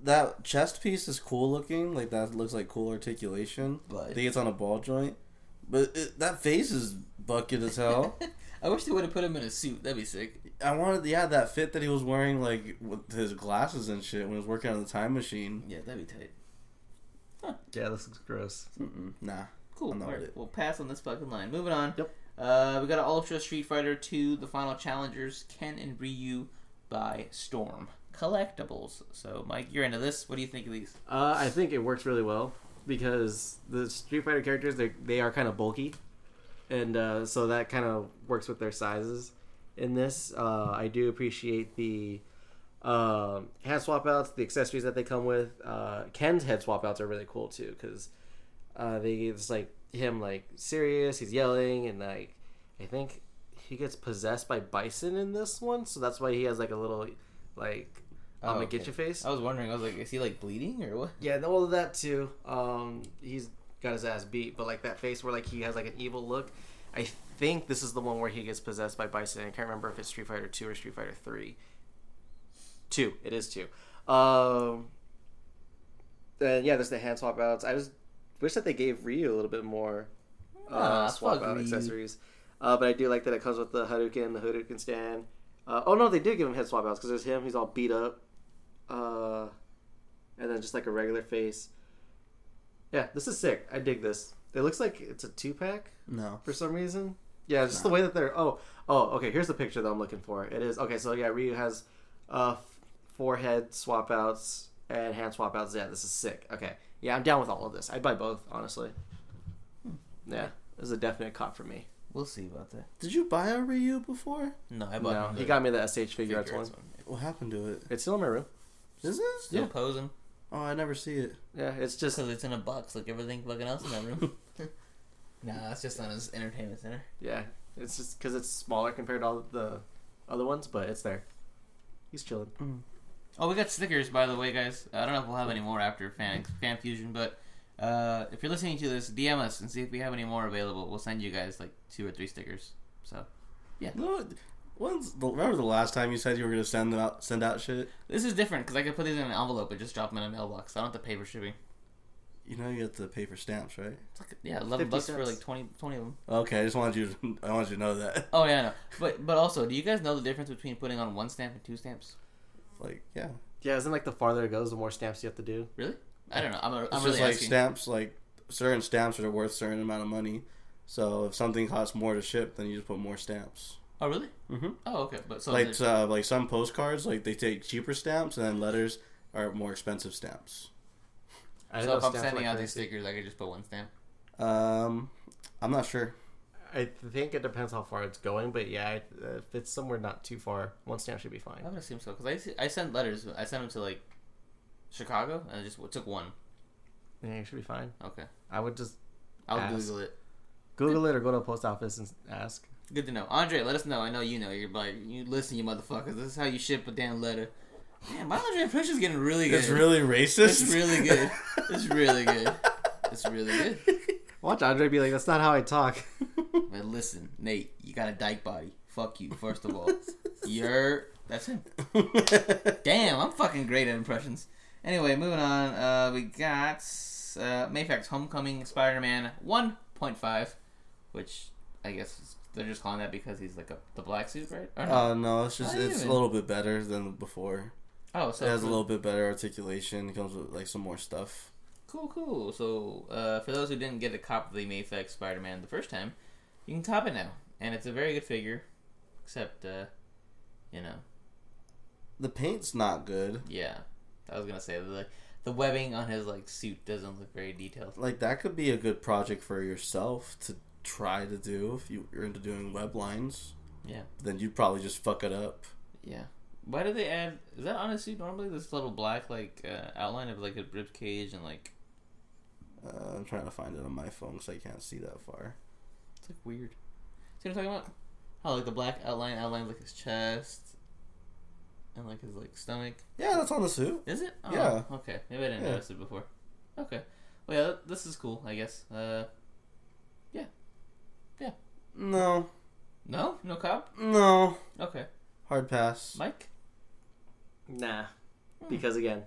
B: that chest piece is cool looking. Like that looks like cool articulation. I
A: but
B: think it's on a ball joint, but it, that face is bucket as hell.
A: I wish they would have put him in a suit. That'd be sick.
B: I wanted, yeah, that fit that he was wearing, like with his glasses and shit when he was working on the time machine.
A: Yeah, that'd be tight.
C: Yeah, this looks gross.
B: Mm-mm, nah,
A: Cool.
B: I'm not
A: All right,
B: with it.
A: we'll pass on this fucking line. Moving on.
C: Yep.
A: Uh, we got an Ultra Street Fighter 2, the final challengers, Ken and Ryu by Storm. Collectibles. So, Mike, you're into this. What do you think of these?
C: Uh, I think it works really well because the Street Fighter characters they they are kind of bulky, and uh, so that kind of works with their sizes. In this, uh, I do appreciate the um hand swap outs, the accessories that they come with. Uh, Ken's head swap outs are really cool too because uh, they it's like him like serious, he's yelling, and like I think he gets possessed by Bison in this one, so that's why he has like a little like I'm gonna get
A: okay.
C: your face.
A: I was wondering. I was like, is he like bleeding or what?
C: Yeah, no, well, that too. Um, he's got his ass beat, but like that face where like he has like an evil look. I think this is the one where he gets possessed by Bison. I can't remember if it's Street Fighter Two or Street Fighter Three. Two, it is two. Um, and yeah, there's the hand swap outs. I just wish that they gave Ryu a little bit more uh,
A: Ah,
C: swap
A: fuck
C: out
A: Ryu.
C: accessories. Uh, but I do like that it comes with the Hadouken, the Hadouken stand. Uh, oh no, they did give him head swap outs because there's him. He's all beat up. Uh, and then just like a regular face. Yeah, this is sick. I dig this. It looks like it's a two pack
B: no.
C: for some reason. Yeah, just the way that they're. Oh, oh, okay. Here's the picture that I'm looking for. It is okay. So yeah, Ryu has uh, f- forehead swap outs and hand swap outs. Yeah, this is sick. Okay, yeah, I'm down with all of this. I'd buy both, honestly.
A: Hmm.
C: Yeah, this is a definite cop for me.
A: We'll see about that.
B: Did you buy a Ryu before?
A: No, I
C: No,
A: bought him.
C: he
A: the
C: got me the SH figure
A: figure
C: arts one.
A: as well.
B: What happened to it?
C: It's still in my room.
B: Is it?
A: Still
C: Yeah.
A: posing
B: Oh, I never see it.
C: Yeah, it's just
A: because it's in a box like everything fucking else in that room. nah, it's just on his entertainment center.
C: yeah. It's just because it's smaller compared to all the other ones, but it's there. He's chilling.
A: Oh, we got stickers, by the way, guys. I don't know if we'll have any more after fan fan fusion, but uh, if you're listening to this, DM us and see if we have any more available. We'll send you guys like two or three stickers. So
B: No, when's the, remember the last time you said you were gonna send out send out shit?
A: this is different because I could put these in an envelope and just drop them in a mailbox. I don't have to pay for shipping.
B: You know you have to pay for stamps, right?
A: It's like, yeah, eleven
C: 50
A: bucks for
C: cents.
A: like 20, 20 of them.
B: Okay, I just wanted you. To, I wanted you to know that.
A: Oh yeah, I know. But but also, do you guys know the difference between putting on one stamp and two stamps?
B: Like, yeah,
E: Yeah, isn't like the farther it goes, the more stamps you have to do.
A: Really? I don't know. I'm, a,
B: it's
A: I'm
B: just
A: really
B: like
A: asking.
B: stamps. Like certain stamps are worth certain amount of money. So if something costs more to ship, then you just put more stamps.
A: oh really?
B: Mhm.
A: Oh okay. But so
B: Like
A: there's-
B: uh, like some postcards, like they take cheaper stamps, and then letters are more expensive stamps.
E: I
A: so
E: know
A: if I'm
E: stamps
A: sending
E: were
A: out these
E: currency.
A: stickers, I could just put one stamp.
B: Um, I'm not sure.
E: I think it depends how far it's going, but yeah, I- if it's somewhere not too far, one stamp should be
A: I
E: fine.
A: would assume so because I used to- I sent letters. I sent them to like Chicago, and I just took one.
E: Yeah, it should be fine.
A: Okay,
E: I would just
A: I'll
E: Ask.
A: Google it.
E: Google it or go to a post office and ask.
A: Good to know, Andre. Let us know. I know you know. You're like you listen, you motherfuckers. This is how you ship a damn letter. Man, my Andre impression's getting really good.
B: It's really racist.
A: It's really good. It's really good. It's really good.
E: Watch Andre be like, "That's not how I talk."
A: But listen, Nate, you got a dyke body. Fuck you. First of all, you're that's him. Damn, I'm fucking great at impressions. Anyway, moving on. Uh, we got uh, Mayfax Homecoming Spider-Man 1.5, which I guess is- they're just calling that because he's like a, the black suit, right? Or no?
B: Uh, no, it's just
A: I didn't
B: it's a
A: even-
B: little bit better than before.
A: oh, so
B: It has a little bit better articulation. It comes with like some more stuff.
A: cool, cool. So uh, for those who didn't get a copy of the Mayfax Spider-Man the first time, you can cop it now, and it's a very good figure, except uh, you know
B: The paint's not good.
A: Yeah, I was gonna say the the webbing on his like suit doesn't look very detailed.
B: Like that could be a good project for yourself to try to do if you- you're into doing web lines.
A: Yeah.
B: Then you'd probably just fuck it up.
A: Yeah. Why did they add? Is that on his suit normally? This little black like uh, outline of like a rib cage and like
B: Uh, I'm trying to find it on my phone so I can't see that far.
A: it's like weird. See what I'm talking about? How like the black outline outlines like his chest and like his like stomach.
B: Yeah, that's on the suit.
A: Is it? Oh,
B: Yeah.
A: Okay. Maybe I didn't
B: Yeah.
A: notice it before. Okay. Well, yeah, th- this is cool. I guess. Uh,
B: No,
A: no, no cop.
B: no,
A: Okay,
B: hard pass.
A: Mike.
C: Nah, because again,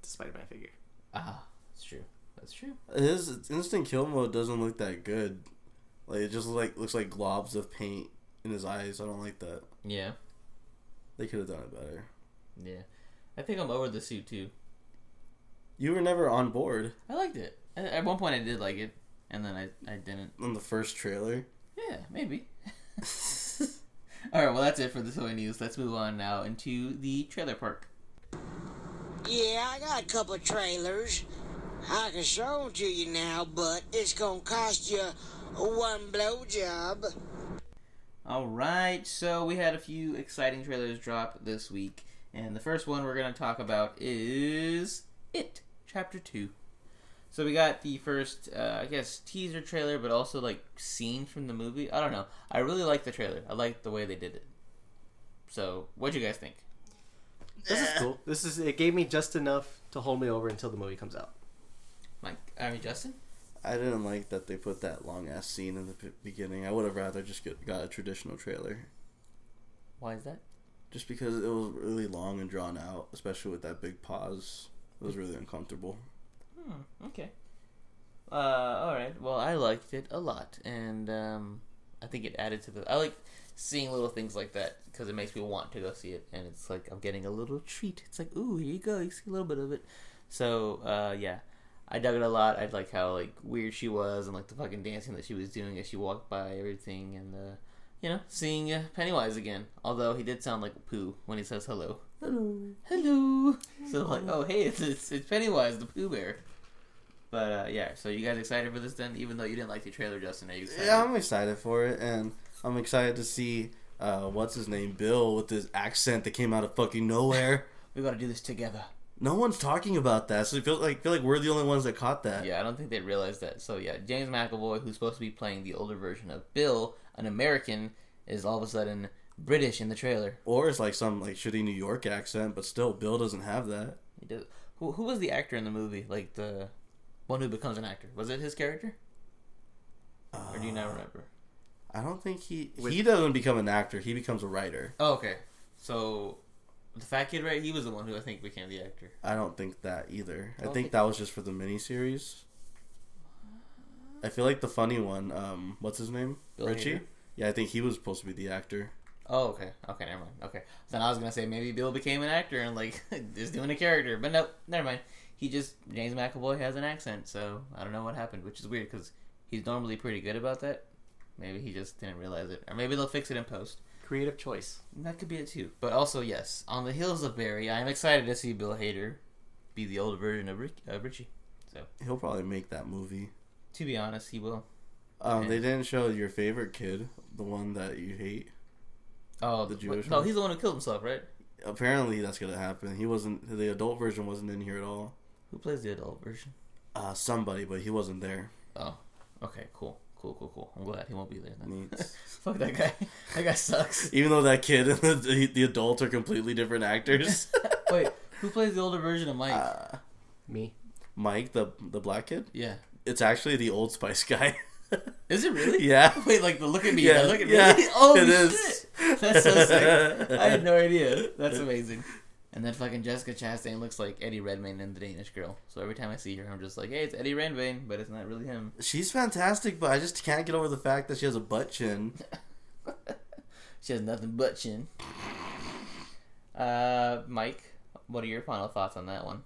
C: it's a Spider-Man figure.
A: Ah, that's true. That's true.
B: His instant kill mode doesn't look that good. Like it just like looks like globs of paint in his eyes. I don't like that.
A: Yeah.
B: They could have done it better.
A: Yeah, I think I'm over the suit too.
B: You were never on board
A: I liked it. At- At one point, I did like it, and then I I didn't.
B: on the first trailer.
A: Yeah, maybe. All right, well that's it for the toy news. Let's move on now into the trailer park.
G: Yeah, I got a couple of trailers. I can show 'em to you now, but it's gonna cost you one blowjob.
A: All right, so we had a few exciting trailers drop this week, and the first one we're going to talk about is It Chapter 2. So we got the first, uh, I guess, teaser trailer, but also like scenes from the movie. I don't know. I really like the trailer. I like the way they did it. So, what'd you guys think?
E: This is cool. This is it gave me just enough to hold me over until the movie comes out.
A: Mike, I mean Justin.
B: I didn't like that they put that long ass scene in the p- beginning. I would have rather just get, got a traditional trailer,
A: Why is that?
B: just because it was really long and drawn out, especially with that big pause. It was really uncomfortable.
A: Okay. Uh, all right. Well, I liked it a lot, and um, I think it added to the. I like seeing little things like that because it makes me want to go see it, and it's like I'm getting a little treat. It's like, ooh, here you go. You see a little bit of it. So, uh, yeah, I dug it a lot. I like how like weird she was, and like the fucking dancing that she was doing as she walked by everything, and uh, you know, seeing uh, Pennywise again. Although he did sound like Pooh when he says hello. Hello. Hello. So like, oh hey, it's it's, it's Pennywise the Pooh Bear. But uh, yeah, so you guys excited for this then? Even though you didn't like the trailer, Justin, are you excited?
B: Yeah, I'm excited for it, and I'm excited to see uh, what's his name, Bill, with his accent that came out of fucking nowhere.
A: we gotta do this together.
B: No one's talking about that, so it feels like feel like we're the only ones that caught that.
A: Yeah, I don't think they realized that. So yeah, James McAvoy, who's supposed to be playing the older version of Bill, an American, is all of a sudden British in the trailer.
B: Or it's like some like shitty New York accent, but still Bill doesn't have that.
A: He does. Who who was the actor in the movie? Like the one who becomes an actor. Was it his character? Or do you not remember?
B: I don't think he he doesn't become an actor. He becomes a writer.
A: Oh, okay. So the fat kid, right? He was the one who I think became the actor.
B: I don't think that either. I
A: Okay.
B: think that was just for the miniseries. I feel like the funny one. Um, what's his name?
A: Bill
B: Richie.
A: Hader?
B: Yeah, I think he was supposed to be the actor.
A: Oh, okay. Okay, never mind. Okay. Then I was gonna say maybe Bill became an actor and like is doing a character, but no, never mind. He just James McAvoy has an accent, so I don't know what happened, which is weird because he's normally pretty good about that. Maybe he just didn't realize it, or maybe they'll fix it in post.
H: Creative choice.
A: That could be it too. But also, yes, on the heels of Barry, I am excited to see Bill Hader be the older version of Rick, uh, Richie.
B: He'll probably make that movie.
A: To be honest, he will.
B: Um,
A: Okay.
B: They didn't show your favorite kid, the one that you hate.
A: Oh,
B: The
A: but-
B: Jewish
A: No,
B: one?
A: he's the one who killed himself, right?
B: Apparently, that's gonna happen. He wasn't. The adult version wasn't in here at all.
A: Who plays the adult version?
B: Uh, somebody, but he wasn't there.
A: Oh, okay, cool, cool, cool, cool. I'm glad he won't be there. Then.
B: Neat.
A: Fuck that guy. That guy sucks.
B: Even though that kid and the, the adult are completely different actors.
A: Wait, who plays the older version of Mike?
B: Uh,
H: Me.
B: Mike, the the black kid,
A: yeah,
B: it's actually the Old Spice guy.
A: is it really?
B: yeah.
A: Wait, like the look at me.
B: Yeah,
A: the look at
B: yeah,
A: me. Oh
B: it
A: shit.
B: is.
A: That's so sick. I had no idea. That's amazing. And then fucking Jessica Chastain looks like Eddie Redmayne in The Danish Girl. So every time I see her, I'm just like, hey, it's Eddie Redmayne, but it's not really him.
B: She's fantastic, but I just can't get over the fact that she has a butt chin.
A: She has nothing but chin. Uh, Mike, what are your final thoughts on that one?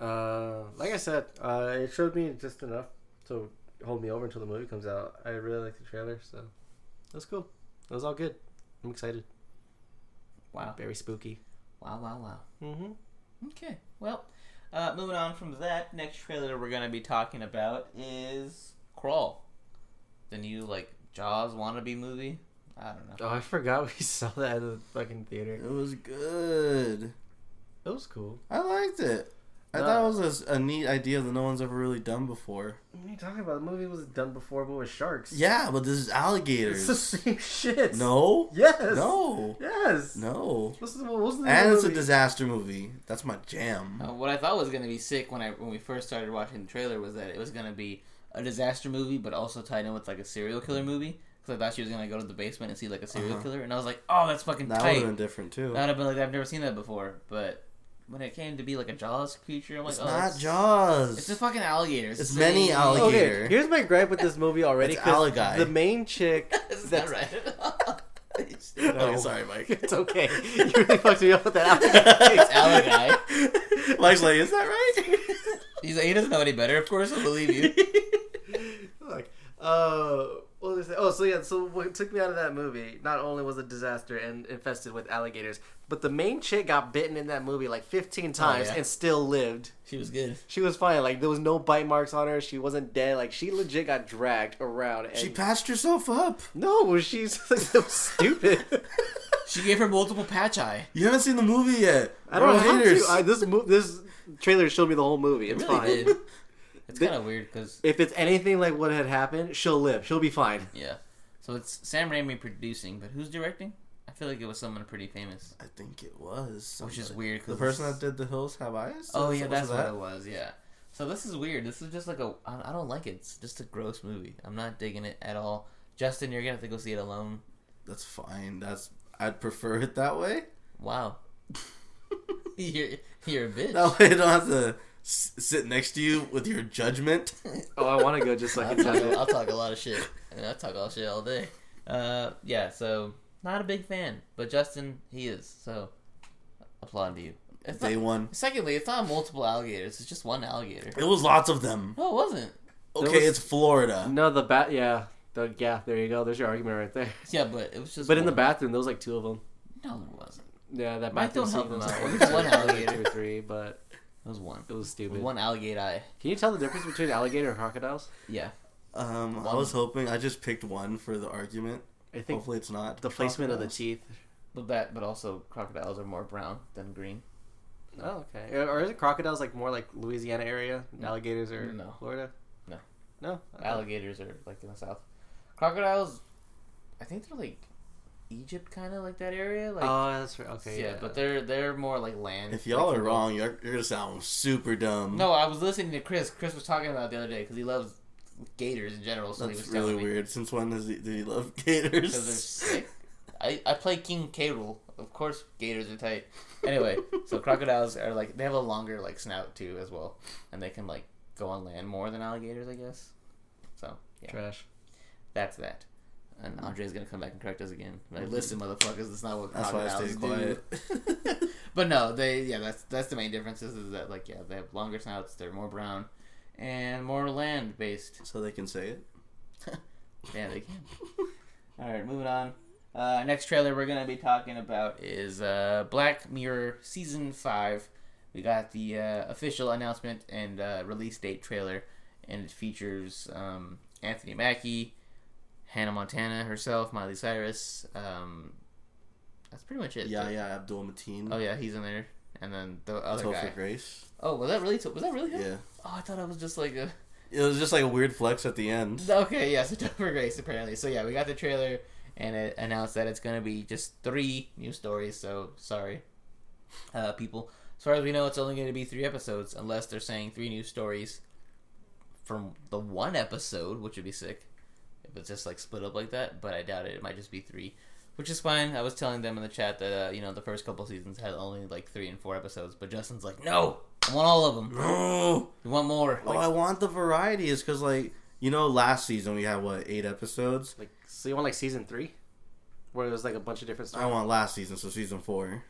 C: Uh, like I said, uh, it showed me just enough to hold me over until the movie comes out. I really like the trailer, so that's cool. It was all good. I'm excited.
A: Wow.
C: Very spooky.
A: Wow, wow, wow.
C: Mm-hmm.
A: Okay. Well, uh, moving on from that, next trailer we're gonna be talking about is Crawl, the new like Jaws wannabe movie. I don't know.
C: Oh, I forgot we saw that at the fucking theater.
B: It was good.
C: It was cool.
B: I liked it. I
C: No.
B: thought it was a, a neat idea that no one's ever really done before.
C: What are you talking about? The movie was done before, but with sharks.
B: Yeah, but this is
C: it's the
B: alligators.
C: same shit.
B: No.
C: Yes.
B: No.
C: Yes.
B: No.
C: This is what was the
B: And it's a
C: movie?
B: disaster movie. That's my jam.
A: Uh, what I thought was gonna be sick when I when we first started watching the trailer was that it was gonna be a disaster movie, but also tied in with like a serial killer movie. Because I thought she was gonna go to the basement and see like a serial
B: Uh-huh.
A: killer, and I was like, oh, that's fucking
B: That would
A: tight.
B: have been different too.
A: That would have been like I've never seen that before. But when it came to be like a Jaws creature, I'm like,
B: It's
A: oh,
B: not
A: it's,
B: Jaws.
A: it's a fucking alligator.
B: It's
A: a
B: many
A: baby.
B: alligators.
C: Okay, here's my gripe with this movie already.
B: It's
C: 'cause
B: Allegai.
C: The main chick.
A: It's not right. it's
B: Okay,
C: No.
B: sorry, Mike.
C: Oh. It's okay. You really fucked me up with that. Allegai.
A: Allegai.
B: Mike's like, is that right?
A: He's like, he doesn't know any better. Of course, I'll believe you.
C: Fuck. Uh, what was I saying? Oh, so yeah, so what took me out of that movie not only was a disaster and infested with alligators, but the main chick got bitten in that movie like 15 times
A: yeah.
C: and still lived.
A: she was good.
C: She was fine. Like, there was no bite marks on her. She wasn't dead. Like, she legit got dragged around. And
B: she patched herself up.
C: no, she's like, that was stupid.
A: She gave her multiple patch eye.
B: You haven't seen the movie yet.
C: I don't know
B: We're
C: how
B: haters.
C: to. I, this, mo- this trailer showed me the whole movie. It's
A: Really
C: fine.
A: did. It's kind of weird because
C: If it's anything like what had happened, she'll live. She'll be fine.
A: yeah. So it's Sam Raimi producing, but who's directing? I feel like it was someone pretty famous,
B: I think it was.
A: which is
B: somebody.
A: weird.
B: The
A: Cause
B: person
A: this-
B: that did The Hills Have Eyes?
A: Oh yeah,
B: Was
A: that's what
B: that?
A: it was. Yeah. So this is weird. This is just like a. I I don't like it. It's just a gross movie. I'm not digging it at all. Justin, you're gonna have to go see it alone.
B: That's fine. That's I'd prefer it that way.
A: Wow. you're you're a bitch.
B: That way I don't have to s- sit next to you with your judgment.
C: Oh, I want to go just so I
A: I'll
C: can
A: talk,
C: judge it.
A: I'll talk a lot of shit. I mean, I'll talk all shit all day. Uh, yeah, so not a big fan, but Justin, he is. So applaud to you. It's
B: Day
A: not-
B: one.
A: secondly, it's not multiple alligators. It's just one alligator.
B: It was lots of them.
A: No, it wasn't.
B: Okay,
C: was-
B: it's Florida.
C: No, the bat. Yeah, the yeah. There you go. There's your argument right there.
A: Yeah, but it was just.
C: But in the
A: one.
C: bathroom, there was like two of them.
A: no, there wasn't.
C: Yeah, that
A: Mike,
C: bathroom
A: don't help
C: scene
A: him
C: was
A: out.
C: like-
A: It was one alligator.
C: two or three, but
A: It was one.
C: it was
A: It was
C: stupid.
A: one alligator eye.
C: Can you tell the difference between alligator and crocodiles?
A: Yeah,
B: Um, I was hoping I just picked one for the argument.
C: I think
B: Hopefully, it's not
C: the placement of the
B: crocodiles.
C: teeth.
A: but that, but also crocodiles are more brown than green.
E: Oh, okay. Or or is it crocodiles like more like Louisiana area? Alligators or
A: No.
E: Florida?
A: No.
E: No.
A: Alligators are like in the south. Crocodiles, I think they're like Egypt, kind of like that area. Like
E: oh, that's right. Okay.
A: yeah, but they're they're more like land.
B: If y'all
A: like,
B: are wrong, you're, you're gonna sound super dumb.
A: No, I was listening to Chris. Chris was talking about it the other day because he loves gators in general. So he
B: that's
A: was
B: really
A: telling me
B: weird. Since when does he, did he love
A: because they're
B: gators?
A: sick. I, I play King K. Rool. Of course, gators are tight. Anyway, so crocodiles are like they have a longer like snout too as well, and they can like go on land more than alligators, I guess. So yeah,
E: trash.
A: that's that. And Andre's gonna come back and correct us again. Like, listen, motherfuckers, that's not what
B: That's why I
A: crocodiles
B: stayed
A: do.
B: quiet.
A: But no, they yeah, that's that's the main difference is, is that like yeah, they have longer snouts, they're more brown, and more land based.
B: so they can say it.
A: Yeah, they can. All right, moving on. Uh, next trailer we're gonna be talking about is uh, Black Mirror season five. We got the uh, official announcement and uh, release date trailer, and it features um, Anthony Mackie, Hannah Montana herself, Miley Cyrus. Um, that's pretty much it.
B: Yeah, yeah. Abdul Mateen.
A: Oh yeah, he's in there, and then the other
B: Topher
A: guy.
B: Grace.
A: Oh, was that really? was that really him?
B: Yeah.
A: Oh, I thought it was just like a.
B: It was just like a weird flex at the end.
A: Okay, yeah, so Topher Grace apparently. So yeah, we got the trailer and it announced that it's gonna be just three new stories, so sorry. Uh people. As far as we know it's only gonna be three episodes unless they're saying three new stories from the one episode, which would be sick. If it's just like split up like that, but I doubt it. It might just be three. Which is fine. I was telling them in the chat that uh, you know the first couple seasons had only like three and four episodes, but Justin's like, no, I want all of them.
B: No.
A: We want more.
B: oh, I want the variety. Is because like you know last season we had what eight episodes.
E: Like so, you want like season three, where there's like a bunch of different
B: I
E: stories.
B: want last season, so season four.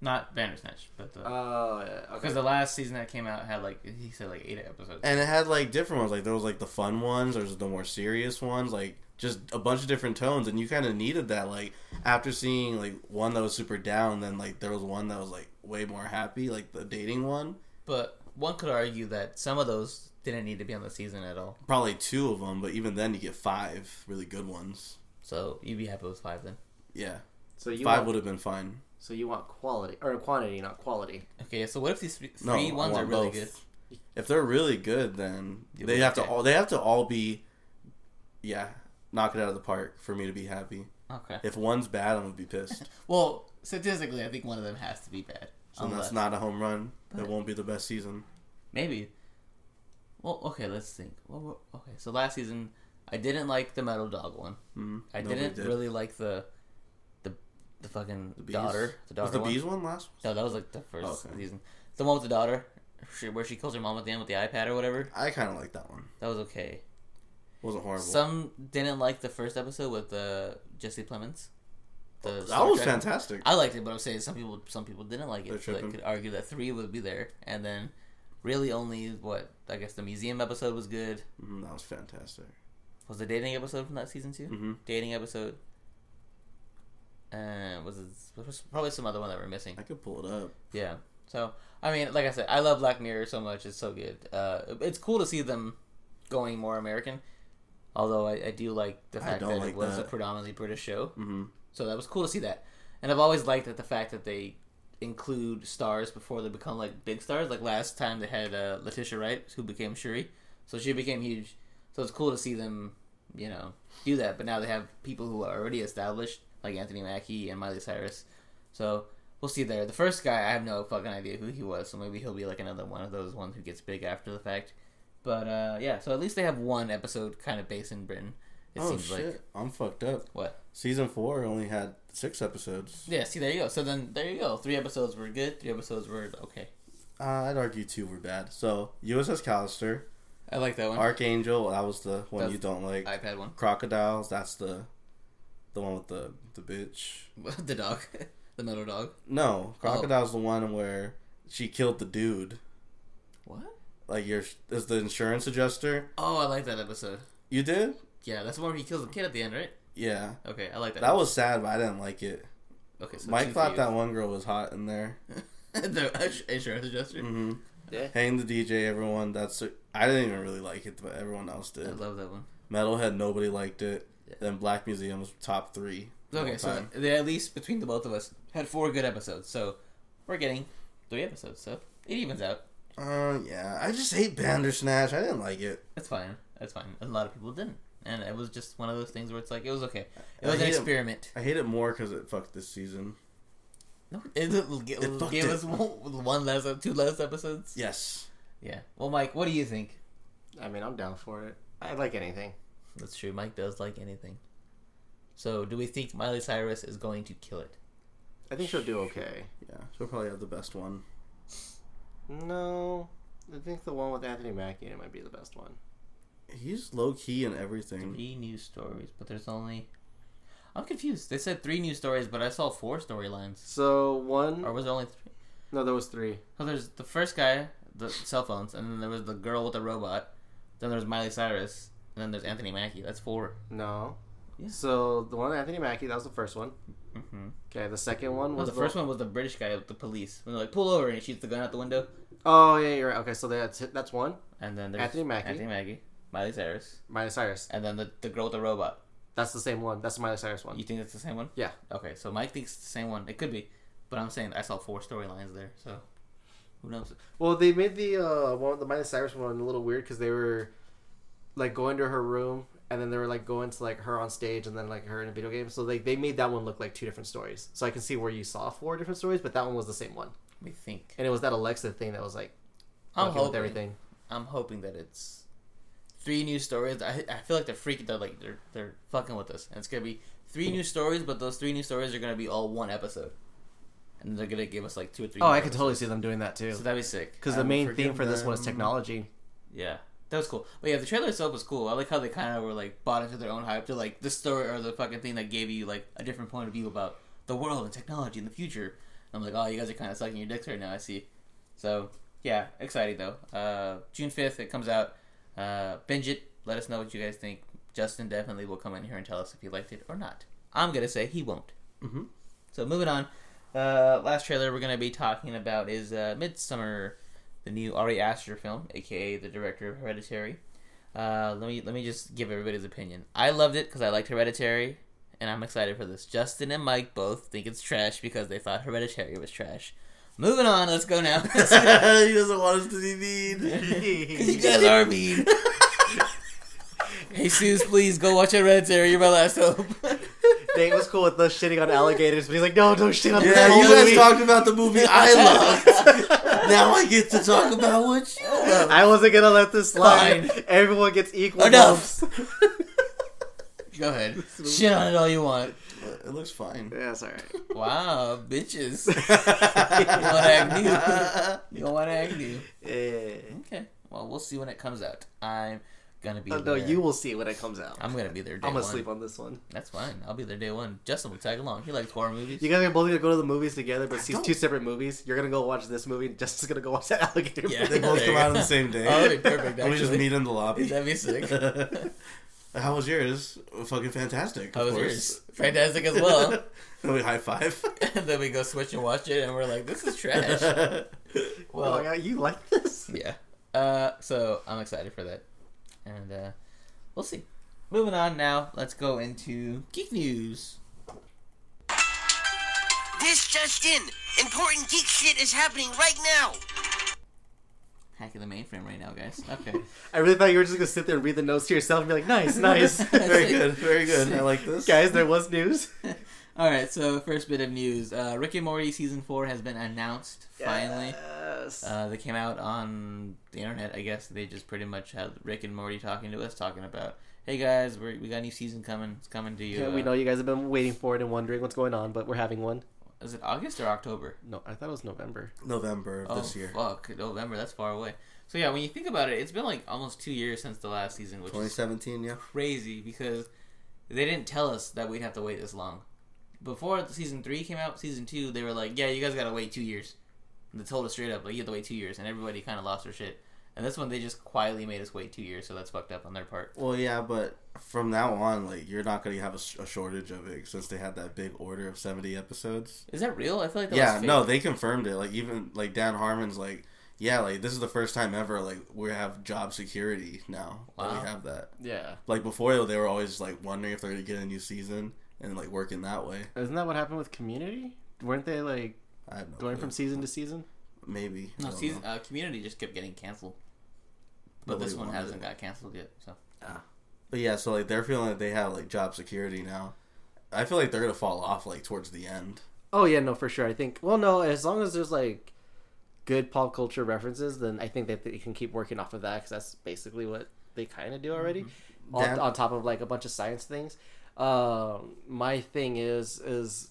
A: Not Bandersnatch, but
C: Uh,
A: the
E: Oh, yeah, okay.
A: Because the last season that came out had like he said like eight episodes.
B: And it had like different ones. Like there was like the fun ones, there was the more serious ones, like just a bunch of different tones and you kinda needed that. Like after seeing like one that was super down, then like there was one that was like way more happy, like the dating one.
A: but one could argue that some of those didn't need to be on the season at all.
B: Probably two of them, but even then you get five really good ones.
A: So you'd be happy with five then.
B: Yeah.
E: so you
B: five
E: want,
B: would have been fine.
E: so you want quality or quantity, not quality.
A: Okay, so what if these three
B: No,
A: three
B: I
A: ones are
B: want
A: really
B: both.
A: good?
B: If they're really good then
A: Yeah,
B: they
A: but-
B: have to all they have to all be yeah, knock it out of the park for me to be happy.
A: Okay.
B: If one's bad I'm gonna be pissed.
A: Well, statistically, I think one of them has to be bad.
B: So that's
A: Unless-
B: not a home run. That won't be the best season.
A: Maybe. Well, okay, let's think. What were, okay, so last season I didn't like the metal dog one.
B: Mm,
A: I
B: nobody
A: didn't
B: did.
A: really like the the the fucking
B: bees?
A: daughter. The daughter
B: was the
A: one.
B: bees one last?
A: No, that was like the first
B: Okay.
A: season. The one with the daughter, she- where she kills her mom at the end with the iPad or whatever.
B: I kind of like that one.
A: That was okay.
B: wasn't horrible.
A: Some didn't like the first episode with uh, Jesse Plemons. The
B: that
A: Star
B: was
A: Trek-
B: fantastic.
A: I liked it, but I'm saying some people some people didn't like
B: They're
A: it. So I
B: tripping.
A: could argue that three would be there, and then really only what I guess the museum episode was good.
B: Mm, that was fantastic.
A: Was the dating episode from that season 2
B: Mhm.
A: Dating episode. Uh, was it there was probably some other one that we're missing?
B: I could pull it up.
A: Yeah. So I mean, like I said, I love Black Mirror so much. It's so good. Uh, it's cool to see them going more American. Although I, I do like the fact
B: don't
A: that
B: like
A: it was
B: that.
A: a predominantly British show,
B: Mhm.
A: so that was cool to see that. And I've always liked that the fact that they include stars before they become like big stars. Like last time they had uh, Letitia Wright, who became Shuri, so she became huge. So it's cool to see them, you know, do that. But now they have people who are already established, like Anthony Mackie and Miley Cyrus. So we'll see there. The first guy, I have no fucking idea who he was, so maybe he'll be like another one of those ones who gets big after the fact. But uh, yeah, so at least they have one episode kind of based in Britain. It
B: oh
A: seems
B: shit,
A: like
B: I'm fucked up.
A: what?
B: Season four only had six episodes.
A: Yeah, see there you go. So then there you go. Three episodes were good. Three episodes were okay.
B: Uh, I'd argue two were bad. So USS Callister,
A: I like that one.
B: Archangel, that was the one
A: That's-
B: you don't like.
A: iPad one.
B: Crocodiles, that's the the one with the the bitch.
A: the dog, the metal dog. Oh.
B: No, Crocodile's the one where she killed the dude.
A: What?
B: Like your is the insurance adjuster.
A: Oh, I like that episode.
B: You did?
A: Yeah, that's the one where he kills the kid at the end, right?
B: Yeah.
A: Okay, I like that.
B: That was sad, but I didn't like it.
A: okay. So
B: Mike thought that one girl was hot in there. Mm-hmm.
A: that the insurance adjuster.
B: Mm. Hang the DJ, everyone. That's I didn't even really like it, but everyone else
A: I
B: did.
A: love that one.
B: Metalhead, nobody liked it. Then Black Museum's top three.
A: Okay,
B: all
A: so
B: time.
A: they at least between the both of us had four good episodes. So we're getting three episodes, so it evens out.
B: Uh, yeah. I just hate Bandersnatch. I didn't like it.
A: That's fine. That's fine. A lot of people didn't, and it was just one of those things where it's like it was okay. It
B: I
A: was an
B: hate it.
A: experiment.
B: I hate it more because it fucked this season.
A: No, it, it, it,
B: fucked
A: gave
B: it.
A: us one, one less, two less episodes.
B: Yes.
A: Yeah. Well, Mike, what do you think?
C: I mean, I'm down for it. I like anything.
A: That's true. Mike does like anything. So, do we think Miley Cyrus is going to kill it?
C: I think she'll do okay.
B: Yeah. She'll probably have the best one.
C: No, I think the one with Anthony Mackie in it might be the best one.
B: He's low key in everything.
A: Three news stories, but there's only. I'm confused. They said three news stories, but I saw four storylines.
C: So one,
A: Or was there only three?
C: no, there was three.
A: So there's the first guy, the cell phones, and then there was the girl with the robot. Then there's Miley Cyrus, and then there's Anthony Mackie. That's four.
C: No.
A: Yeah.
C: So the one with Anthony Mackie, that was the first one.
A: Mm-hmm.
C: Okay, the second one
A: Well,
C: was
A: the first one was the British guy with the police. When they're like, pull over, and he shoots the gun out the window.
C: Oh yeah, you're right. Okay, so that's that's one.
A: And then there's
C: Anthony Mackie.
A: Anthony Mackie, Miley Cyrus,
C: Miley Cyrus.
A: and then the, the girl with the robot.
C: That's the same one. That's the Miley Cyrus one.
A: You think that's the same one?
C: Yeah.
A: Okay, so Mike thinks it's the same one. It could be, but I'm saying I saw four storylines there, so who knows?
C: Well, they made the uh, one, the Miley Cyrus one, a little weird because they were like going to her room, and then they were like going to like her on stage, and then like her in a video game. So like they made that one look like two different stories. So I can see where you saw four different stories, but that one was the same one,
A: Let me think.
C: and it was that Alexa thing that was like
A: I'm
C: fucking with
A: hoping-
C: everything.
A: I'm hoping that it's three new stories. I, I feel like they're freaking. They're like they're they're fucking with us, and it's gonna be three new stories. But those three new stories are gonna be all one episode, and they're gonna give us like two or three.
C: Oh,
A: more
C: I could
A: episodes.
C: totally see them doing that too.
A: So that'd be sick.
C: Because
B: I
C: the
B: will
C: main theme
B: forgive
C: for this one is
B: them.
C: technology.
A: Yeah, that was cool. But yeah, the trailer itself was cool. I like how they kind of were like bought into their own hype to like the story or the fucking thing that gave you like a different point of view about the world and technology and the future. I'm like, oh, you guys are kind of sucking your dicks right now. I see. So yeah, exciting though. Uh, June 5th it comes out. Uh, binge it. Let us know what you guys think. Justin definitely will come in here and tell us if he liked it or not. I'm gonna say he won't.
B: Mhm.
A: So moving on. Uh, last trailer we're gonna be talking about is uh, Midsummer the new Ari Aster film, aka the director of Hereditary. Uh, let me let me just give everybody's opinion. I loved it because I liked Hereditary, and I'm excited for this. Justin and Mike both think it's trash because they thought Hereditary was trash. Moving on, let's go now.
B: he doesn't want us to be mean.
A: you guys are mean. hey, Sus, please go watch Hereditary. You're my last hope.
C: Dave was cool with us shitting on alligators, but he's like, no, don't shit on
B: Yeah,
C: the
B: you
C: whole
B: guys
C: movie."
B: talked about the movie I loved. now I get to talk about what you love.
C: I wasn't gonna let this slide.
A: Fine.
C: Everyone gets equal.
A: Enough.
C: bumps.
A: go ahead. Shit on it all you want.
B: It looks fine.
C: yeah, that's alright.
A: Wow, bitches. you want to act new? You want to act new?
C: Eh.
A: Okay. Well, we'll see when it comes out. I'm gonna be.
C: Oh, no,
A: there.
C: you will see when it comes out. I'm,
A: I'm gonna be there day
C: gonna
A: one.
C: sleep on this one.
A: That's fine. I'll be there day one. Justin will tag along. He likes horror movies.
C: You guys are both gonna go to the movies together, but see
B: don't-
C: two separate movies. You're gonna go watch this movie, and Justin's gonna go watch that alligator.
A: Yeah.
C: movie.
B: They both come out on the same day.
A: Oh, that'd be perfect.
B: and we just
A: actually.
B: meet in the lobby.
A: That'd be sick.
B: How was yours? Fucking fantastic. Of
A: How was
B: course.
A: yours? Fantastic as well.
B: and we high five.
A: and then we go switch and watch it, and we're like, this is trash.
C: Oh my
A: well,
C: God, you like this?
A: yeah. Uh, so I'm excited for that, and uh, we'll see. Moving on now, let's go into geek news.
F: This just in. Important geek shit is happening right now.
A: Hacking the mainframe right now, guys. Okay.
C: I really thought you were just gonna sit there and read the notes to yourself and be like, nice, nice.
B: Very good. Very good. I like this.
C: Guys, there was news.
A: All right, so first bit of news: uh, Rick and Morty season four has been announced finally.
C: Yes.
A: Uh, they came out on the internet. I guess they just pretty much had Rick and Morty talking to us, talking about, "Hey guys, we we got a new season coming. It's coming to you.
C: Yeah, we
A: uh,
C: know you guys have been waiting for it and wondering what's going on, but we're having one.
A: Is it August or October?
C: No, I thought it was November.
B: November of this
A: oh
B: year.
A: fuck, November. That's far away. So yeah, when you think about it, it's been like almost two years since the last season, which is
B: 2017, yeah.
A: crazy because they didn't tell us that we'd have to wait this long. Before the season three came out, season two, they were like, "Yeah, you guys gotta wait two years." And they told us straight up, like, "You have to wait two years," and everybody kind of lost their shit. And this one, they just quietly made us wait two years, so that's fucked up on their part.
B: Well, yeah, but from now on, like, you're not going to have a, sh- a shortage of it since they had that big order of 70 episodes.
A: Is that real? I feel like that
B: yeah,
A: was fake.
B: no, they confirmed it. Like, even, like, Dan Harmon's like, yeah, like, this is the first time ever, like, we have job security now. That
A: Wow.
B: we have that.
C: Yeah.
B: Like, before, they were always, like, wondering if they're going to get a new season and, like, working that way.
C: Isn't that what happened with Community? Weren't they like
B: I have no
C: going
B: clue.
C: from season to season?
B: Maybe. I
A: No,
B: don't
A: season,
B: know.
A: uh, Community just kept getting canceled, but
B: Nobody
A: this one
B: wanted
A: hasn't
B: it.
A: got canceled yet. So
B: But yeah, so like they're feeling like they have like job security now. I feel like they're gonna fall off like towards the end.
C: Oh yeah, no, for sure. I think. Well, no, as long as there's like good pop culture references, then I think that they can keep working off of that because that's basically what they kind of do already.
A: Mm-hmm.
C: On,
B: That-
C: on top of like a bunch of science things. Um, my thing is is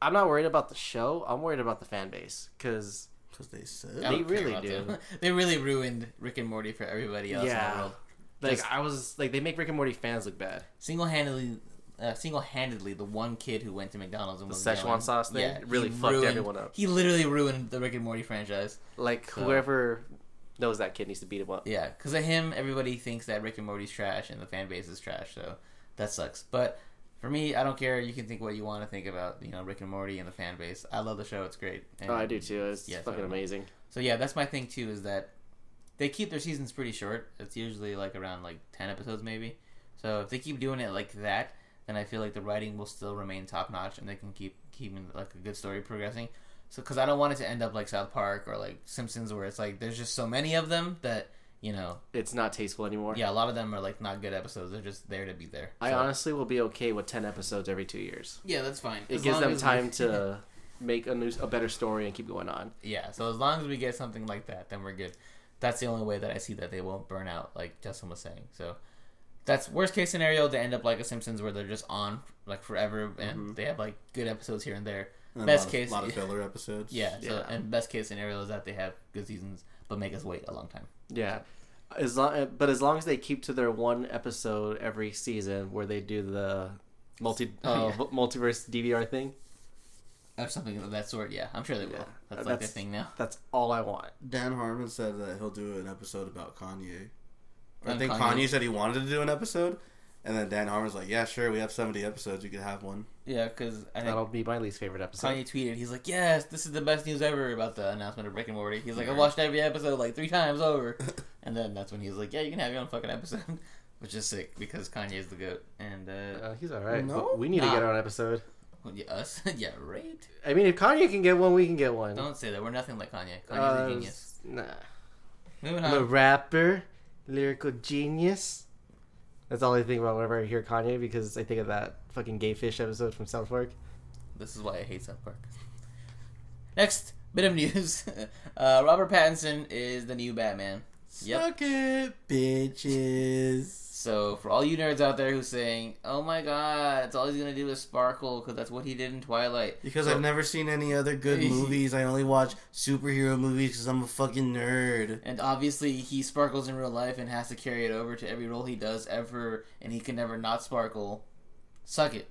C: I'm not worried about the show. I'm worried about the fan base because
B: Because they
A: I
B: said
C: They
A: don't care
C: really
A: about
C: do.
A: them. they really ruined Rick and Morty for everybody else in
C: Yeah.
A: the world.
C: like
A: Just-
C: I was like they make Rick and Morty fans look bad.
A: Single handedly. Uh, single-handedly, the one kid who went to McDonald's and was
C: Szechuan
A: yelling.
C: sauce thing
A: yeah,
C: really
A: he
C: fucked
A: ruined-
C: everyone up.
A: He literally ruined the Rick and Morty franchise.
C: Like whoever knows that kid needs to beat him up.
A: Yeah, because of him, everybody thinks that Rick and Morty's trash and the fan base is trash, so that sucks. But for me, I don't care. You can think what you want to think about, you know, Rick and Morty and the fan base. I love the show; it's great. And,
C: Oh, I do too. It's
A: Yeah,
C: fucking
A: so-
C: amazing.
A: So yeah, that's my thing too. Is that they keep their seasons pretty short. It's usually like around like ten episodes, maybe. So if they keep doing it like that, then I feel like the writing will still remain top notch, and they can keep keeping like a good story progressing. So because I don't want it to end up like South Park or like Simpsons, where it's like there's just so many of them that you know
C: It's not tasteful anymore.
A: yeah, a lot of them are like not good episodes. They're just there to be there.
C: I
A: So-
C: honestly will be okay with ten episodes every two years.
A: yeah, that's fine.
C: It
A: As
C: gives
A: long
C: them
A: as we-
C: time to make a new, a better story and keep going on.
A: yeah. So as long as we get something like that, then we're good. That's the only way that I see that they won't burn out, like Justin was saying. So that's worst case scenario. They end up like a Simpsons, where they're just on like forever, and they have like good episodes here and there.
B: Mm-hmm. And
A: best
B: a lot
A: case,
B: of, lot of filler episodes.
A: yeah. So
C: Yeah.
A: and best case scenario is that they have good seasons, but make us wait a long time.
C: Yeah, as long, but as long as they keep to their one episode every season where they do the multi uh,
A: Yeah.
C: multiverse DVR thing,
A: Or something of that sort. Yeah, I'm sure they will.
C: Yeah.
B: uh,
A: That's like their
C: That's-
A: thing now.
C: that's all I want.
B: Dan Harmon said that he'll do an episode about Kanye. Or I
A: And
B: think
A: Kanye.
B: Kanye said he wanted to do an episode, and then Dan Harmon's like, "Yeah, sure, we have seventy episodes. You could have one."
A: Yeah, because I think
C: That'll be my least favorite episode.
A: Kanye tweeted, he's like, "Yes, this is the best news ever about the announcement of Rick and Morty." He's like, "I watched every episode like three times over," and then that's when he's like, "Yeah, you can have your own fucking episode," which is sick because Kanye's the goat, and uh,
C: Uh, he's all right.
B: No?
C: but we need
A: Nah.
C: to get on episode.
A: well, yeah, us, yeah, right.
C: I mean, if Kanye can get one, we can get one.
A: Don't say that we're nothing like Kanye. Kanye's
C: Uh,
A: a genius.
C: Nah,
A: Moving
C: I'm a
A: on.
C: rapper, lyrical genius. That's all I think about whenever I hear Kanye because I think of that fucking gay fish episode from South Park.
A: This is why I hate South Park. Next bit of news: uh, Robert Pattinson is the new Batman. Yep.
B: Suck it, bitches.
A: So for all you nerds out there who's saying, "Oh my God, it's all he's gonna do is sparkle," because that's what he did in Twilight.
B: Because
A: So-
B: I've never seen any other good movies. I only watch superhero movies because I'm a fucking nerd.
A: And obviously, he sparkles in real life and has to carry it over to every role he does ever, and he can never not sparkle. Suck it.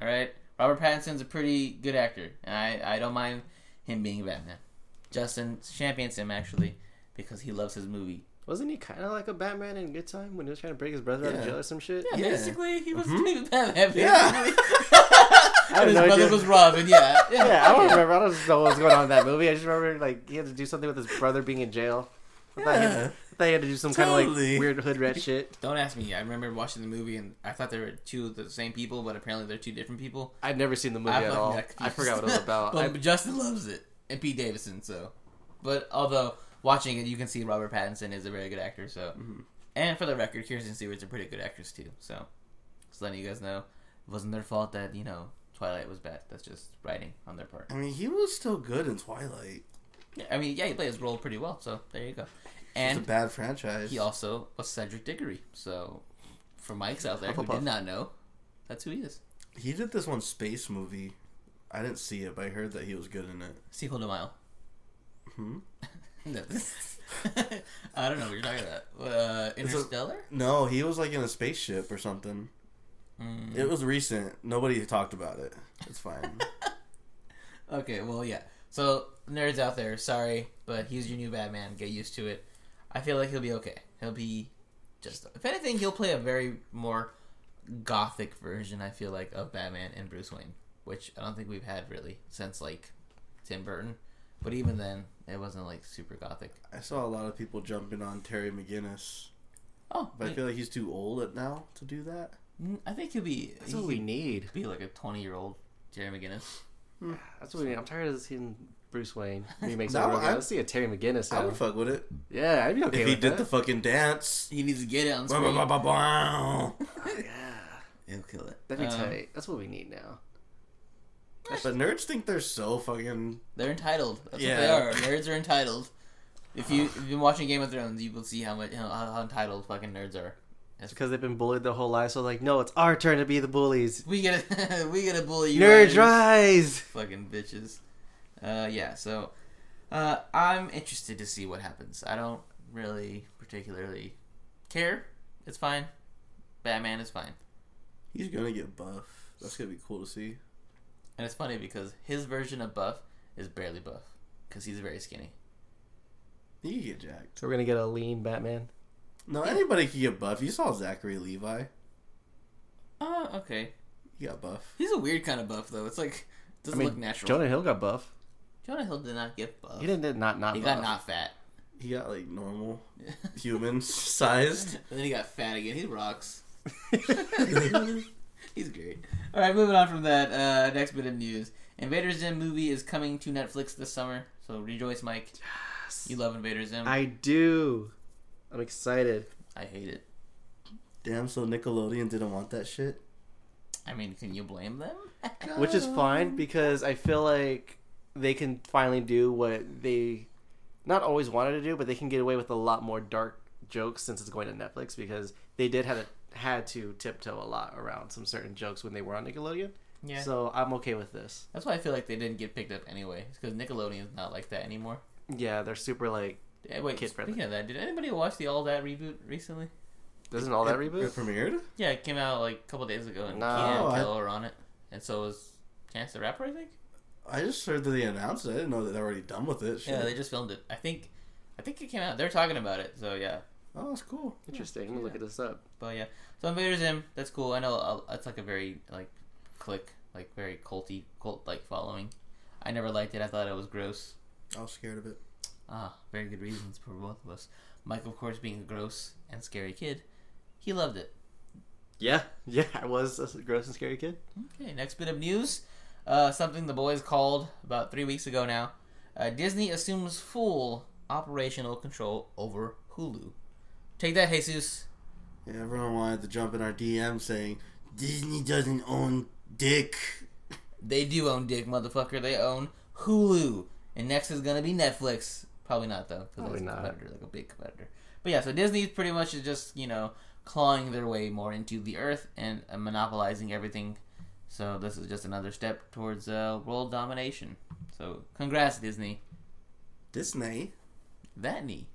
A: All right? Robert Pattinson's a pretty good actor, and I, I don't mind him being Batman. Justin champions him, actually, because he loves his movie.
C: Wasn't he kind of like a Batman in Good Time when he was trying to break his brother out of
B: Yeah.
C: jail or some shit?
A: Yeah, Mm-hmm. basically, he was Batman.
B: Yeah.
C: I
A: and his
C: don't know.
A: brother
C: dude.
A: was Robin, yeah. Yeah,
C: yeah, I don't remember. I don't know what was going on in that movie. I just remember like he had to do something with his brother being in jail. I thought, he had,
B: Yeah.
C: I thought he had to do some kind of
B: Totally.
C: like weird hood rat shit.
A: Don't ask me. I remember watching the movie, and I thought they were two of the same people, but apparently they're two different people.
C: I'd never seen the movie
A: I'm
C: at
A: fucking
C: all.
A: that
C: I
A: confused.
C: forgot what it was about.
A: but
C: I-
A: Justin loves it, and Pete Davidson. So, but although watching it, you can see Robert Pattinson is a very good actor. So,
C: Mm-hmm.
A: and for the record, Kirsten Stewart's a pretty good actress too. So, just letting you guys know, it wasn't their fault that you know Twilight was bad. That's just writing on their part.
B: I mean, he was still good in Twilight.
A: Yeah, I mean, yeah, he played his role pretty well. So there you go.
B: It's a
A: And
B: bad franchise.
A: he also was Cedric Diggory. So, for Mike's out there who
C: Hufflepuff.
A: did not know, that's who he is.
B: He did this one space movie. I didn't see it, but I heard that he was good in it.
A: Sequel to Mile. Hmm. I don't know what you're talking about. Uh, Interstellar.
B: No, he was like in a spaceship or something. It was recent. Nobody talked about it. It's fine.
A: Okay, well, yeah. So, nerds out there, sorry, but he's your new Batman. Get used to it. I feel like he'll be okay. He'll be just. If anything, he'll play a very more gothic version, I feel like, of Batman and Bruce Wayne, which I don't think we've had really since, like, Tim Burton. But even then, it wasn't, like, super gothic.
B: I saw a lot of people jumping on Terry McGinnis,
A: Oh,
B: but I feel like he's too old at now to do that.
A: mm, I think he'll be.
C: that's
A: he
C: what we need.
A: could be, like, a 20 year old Jerry McGinnis.
C: That's what we need. I'm tired of seeing
I: Bruce Wayne remakes.
B: No,
I: over again.
B: I-
I: Let's see a Terry McGinnis.
B: I
I: now.
B: would fuck with it
I: yeah, I'd be okay
B: if he
I: with
B: did the
I: that.
B: fucking dance.
A: He needs to get it on
B: Bah,
A: screen.
B: bah, bah, bah, bah.
I: yeah,
A: He'll kill it.
I: that'd be
B: Uh,
A: Um,
I: tight. That's what we need now.
B: But nerds think they're so fucking.
A: They're entitled. That's
B: Yeah.
A: what they are. Nerds are entitled. If you if you've been watching Game of Thrones, you will see how much how, how entitled fucking nerds are.
C: because they've been bullied their whole life. So like, no, it's our turn to be the bullies.
A: We gotta we gotta bully you.
C: Nerds
A: guys.
C: rise.
A: Fucking bitches. Uh, yeah. So, uh, I'm interested to see what happens. I don't really particularly care. It's fine. Batman is fine,
B: He's gonna get buff. That's gonna be cool to see.
A: and it's funny because his version of buff is barely buff because he's very skinny.
B: He can get jacked.
C: So we're gonna get a lean Batman.
B: No, anybody can get buff. You saw Zachary Levi.
A: Oh, okay.
B: He got buff.
A: He's a weird kind of buff though. It's like doesn't look natural. Jonah,
C: Jonah Hill got buff.
A: Hill did not get buff.
C: He didn't did not not.
A: He
C: buff.
A: got not fat.
B: He got like normal human sized.
A: And then he got fat again. He rocks. He's great. All right, moving on from that. Uh, next bit of news: Invader Zim movie is coming to Netflix this summer. So rejoice, Mike. Yes. You love Invader Zim. I,
C: I do. I'm excited.
A: hate it.
B: Damn, so Nickelodeon didn't want that shit.
A: I mean, can you blame them?
C: which is fine because I feel like they can finally do what they not always wanted to do, but they can get away with a lot more dark jokes since it's going to Netflix because they did had a, had to tiptoe a lot around some certain jokes when they were on Nickelodeon.
A: Yeah.
C: So I'm okay with this.
A: That's why I feel like they didn't get picked up anyway. It's because Nickelodeon's not like that anymore.
C: Yeah, they're super like.
A: Eh, wait,
C: Kid
A: speaking
C: friendly.
A: of that, did anybody watch the All That reboot recently?
C: Doesn't all that
B: It
C: reboot?
B: premiered?
A: Yeah, it came out like a couple days ago, and
C: No,
A: Keenan and
B: I-
A: Kel were on it, and so was Chance the Rapper, I think.
B: I just heard that they announced it. I didn't know that they were already done with it. Shit.
A: Yeah, they just filmed it. I think, I think it came out. They're talking about it, so yeah.
B: Oh, that's cool.
C: Interesting. I'm gonna look at this up.
A: But yeah, so Invader Zim, that's cool. I know uh, it's like a very like click, like very culty, cult like following. I never liked it. I thought it was gross.
B: I was scared of it.
A: Ah, very good reasons for both of us. Mike, of course, being a gross and scary kid, he loved it.
C: Yeah, yeah. I was a gross and scary kid.
A: Okay, next bit of news. Uh, something the boys called about three weeks ago now. Uh, Disney assumes full operational control over Hulu. Take that, Jesus.
B: Yeah, everyone wanted to jump in our DM saying Disney doesn't own dick.
A: They do own Dick, motherfucker. They own Hulu, and next is gonna be Netflix. Probably not though, because
C: Probably
A: that's a
C: not.
A: competitor, like a big competitor. But yeah, so Disney pretty much is just you know clawing their way more into the earth and uh, monopolizing everything. So this is just another step towards uh, world domination. So congrats, Disney.
B: Disney.
A: That knee.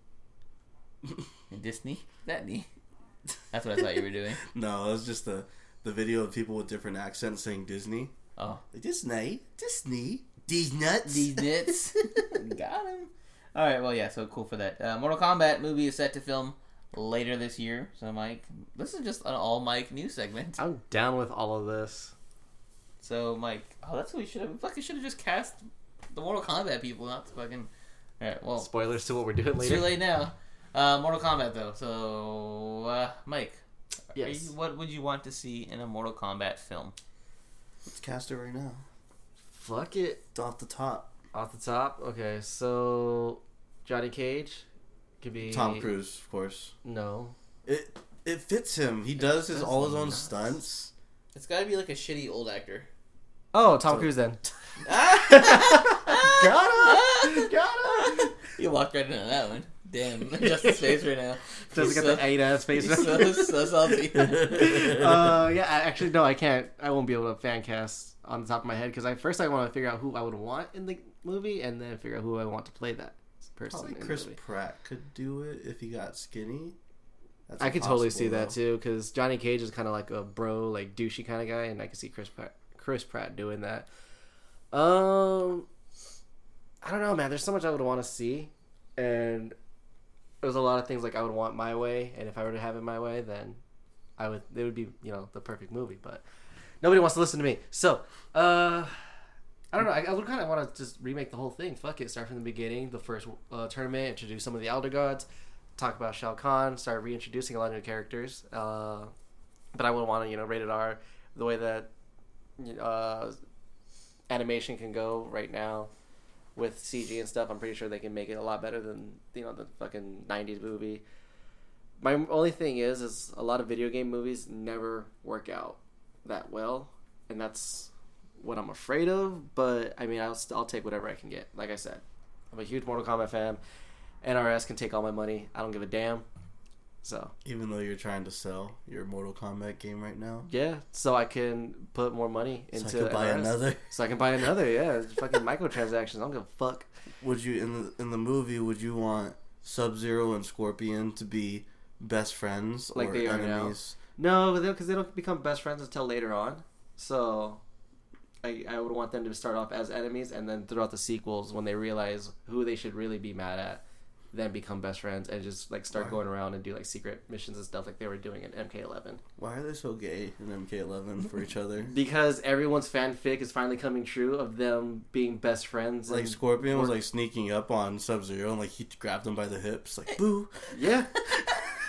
A: and Disney. That knee. That's what I thought you were doing.
B: No, that was just the the video of people with different accents saying Disney.
A: Oh.
B: Like, Disney, Disney, these nuts.
A: These nits. Got him. All right. Well, yeah. So cool for that. Uh, Mortal Kombat movie is set to film later this year. So Mike, this is just an all Mike news segment.
C: I'm down with all of this.
A: So Mike, oh, that's what we should have. we Fucking should have just cast the Mortal Kombat people, not the fucking. All right.
C: Oh.
A: Well,
C: Spoilers to what we're doing
A: it's too
C: later.
A: late now. Uh, Mortal Kombat though. So uh, Mike, are
C: Yes.
A: you- what would you want to see in a Mortal Kombat film?
B: Let's cast it right now.
C: Fuck it.
B: It's off the top.
C: Off the top, okay, so Johnny Cage could be
B: Tom Cruise, of course.
C: No,
B: It it fits him. He does his
A: fits
B: all his
A: him
B: own
A: nuts.
B: stunts.
A: It's got to be like a shitty old actor.
C: oh Tom
B: So-
C: Cruise then.
A: You walked right into that one. Damn, Justin's face right now.
C: Doesn't
A: He's
C: get the eight ass face.
A: so, so, so salty.
C: uh, yeah, I, actually, no, I can't. I won't be able to fan cast on the top of my head because I first I want to figure out who I would want in the movie and then figure out who I want to play that person.
B: Probably
C: in the
B: Chris
C: movie.
B: Pratt could do it if he got skinny. That's
C: I could totally
B: impossible,
C: see that
B: though.
C: too because Johnny Cage is kind of like a bro, like douchey kind of guy, and I could see Chris Pratt, Chris Pratt doing that. Um, I don't know, man. There's so much I would want to see, and there's a lot of things like I would want my way, and if I were to have it my way, then I would. It would be you know the perfect movie, but nobody wants to listen to me. So, uh. I don't know. I, I would kind of want to just remake the whole thing. Fuck it. Start from the beginning, the first uh, tournament, introduce some of the Elder Gods, talk about Shao Kahn, start reintroducing a lot of new characters. Uh, but I would want to, you know, rated R the way that uh, animation can go right now. with CG and stuff. I'm pretty sure they can make it a lot better than you know the fucking '90s movie. My only thing is, is a lot of video game movies never work out that well, and that's what I'm afraid of. But I mean, I'll st- I'll take whatever I can get. Like I said, I'm a huge Mortal Kombat fan. NRS can take all my money. I don't give a damn. So
B: Even though you're trying to sell your Mortal Kombat game right now,
C: yeah, so I can put more money into
B: so I could buy
C: NRS.
B: another.
C: So I can buy another. Yeah, it's fucking microtransactions. I don't give a fuck.
B: Would you in the in the movie? Would you want Sub Zero and Scorpion to be best friends
C: Like
B: or
C: they are now.
B: enemies?
C: No, because they don't become best friends until later on. So, I, I would want them to start off as enemies, and then throughout the sequels, when they realize who they should really be mad at, then become best friends and just like start
B: Right.
C: going around and do like secret missions and stuff like they were doing in MK11.
B: Why are they so gay in MK11 for each other?
C: Because everyone's fanfic is finally coming true of them being best friends.
B: Like
C: and-
B: Scorpion was like sneaking up on Sub Zero and like he grabbed him by the hips,
C: Eh,
B: like boo.
C: yeah,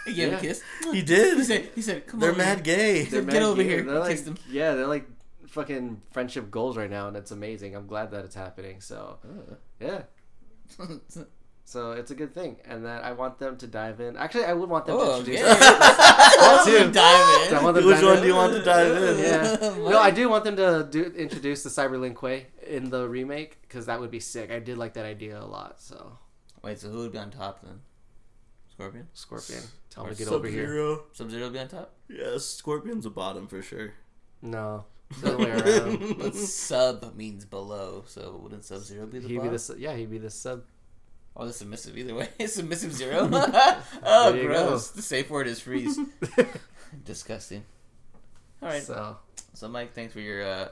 A: He gave him
C: Yeah.
A: a kiss.
B: He
A: He
B: did.
A: said, he said, come
B: They're
A: on.
B: mad gay.
A: They're
C: They're
A: Get
C: mad
A: over
C: gay.
A: here.
C: They're
A: Kissed
C: like,
A: him.
C: yeah, they're like fucking friendship goals right now, and it's amazing. I'm glad that it's happening. So
A: Oh.
C: yeah, so it's a good thing, and that I want them to dive in. Actually, I would want them to
A: oh,
C: introduce.
A: yeah. Diamond.
C: I want them to
B: Which
C: dive
B: one
C: in.
B: do you want to dive in?
C: Yeah. No, I do want them to do introduce the Cyberlink Way in the remake because that would be sick. I did like that idea a lot. So
A: Wait, so who would be on top then? Scorpion?
C: Scorpion, tell him
A: Or
C: to get over here.
B: Sub-Zero.
A: Sub Zero be on top?
B: Yeah, Scorpion's a bottom for sure.
C: No, it's the other way around.
A: But sub means below, so wouldn't Sub Zero be the
C: Mm-hmm. He'd be
A: bottom?
C: the su- yeah, he'd be the sub.
A: Oh, the submissive either way. submissive Zero? oh,
C: There you
A: gross. The safe word is freeze. Disgusting. All right. So,
C: So
A: Mike, thanks for your uh,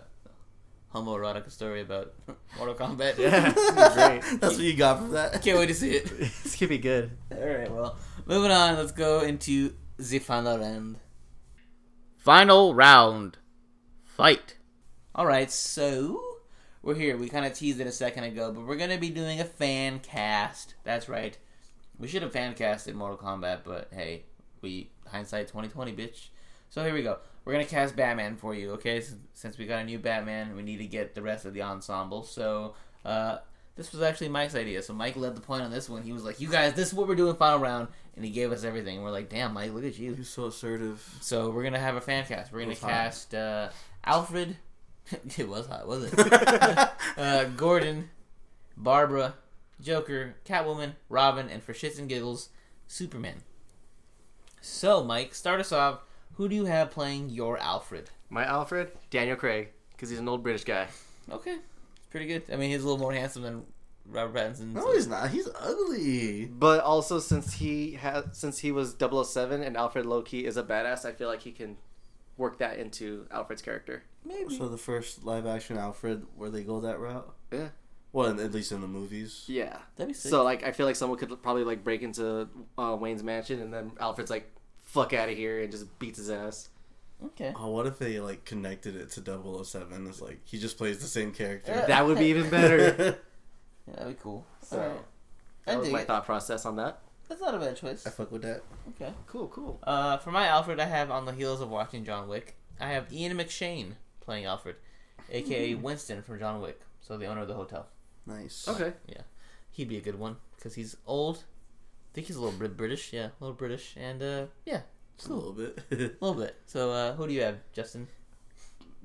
A: homoerotic story about Mortal Kombat.
C: great.
B: That's what you got from that.
A: Can't wait to see it.
E: this could be good.
A: All right, well, moving on. Let's go into the final round. Final round, fight. All right, so we're here. We kind of teased it a second ago, but we're gonna be doing a fan cast. That's right. We should have fan casted Mortal Kombat, but hey, we hindsight twenty twenty, bitch. So here we go. We're gonna cast Batman for you, okay? S- Since we got a new Batman, we need to get the rest of the ensemble. So uh, this was actually Mike's idea. So Mike led the point on this one. He was like, "You guys, this is what we're doing final round," and he gave us everything. And we're like, "Damn, Mike, look at you."
B: He's so assertive.
A: So we're gonna have a fan cast. We're gonna
B: was hot.
A: cast uh, Alfred. it was hot, was it? uh, Gordon, Barbara, Joker, Catwoman, Robin, and for shits and giggles, Superman. So Mike, start us off. Who do you have playing your Alfred?
C: My Alfred, Daniel Craig, because he's an old British guy.
A: Okay, it's pretty good. I mean, he's a little more handsome than Robert Pattinson.
B: No,
C: Oh,
A: so-
B: he's not. He's ugly.
C: But also, since he has, since he was 007 and Alfred Loki is a badass, I feel like he can work that into Alfred's character.
A: maybe.
B: So the first live action Alfred where they go that route?
C: Yeah.
B: Well, in- at least in the movies.
C: Yeah.
A: That'd be sick.
C: So like, I feel like someone could probably like break into uh, Wayne's mansion, and then Alfred's like, "Fuck out of here," and just beats his ass.
A: okay.
B: Oh, what if they like connected it to 007? It's like he just plays the same character.
C: That would be even better.
A: Yeah, that'd be cool.
C: So
A: All right. I
C: that was
A: dig
C: my
A: it.
C: thought process on that.
A: That's not a bad choice.
B: I fuck with that.
A: Okay.
C: Cool, cool.
A: Uh, for my Alfred, I have on the heels of watching John Wick, I have Ian McShane playing Alfred, aka Winston from John Wick, so the owner of the hotel.
B: Nice.
C: Okay.
A: He'd be a good one because he's old. I think he's a little bit British, yeah, a little British, and uh, yeah,
B: Just a little bit.
A: a little bit. So, uh, who do you have, Justin?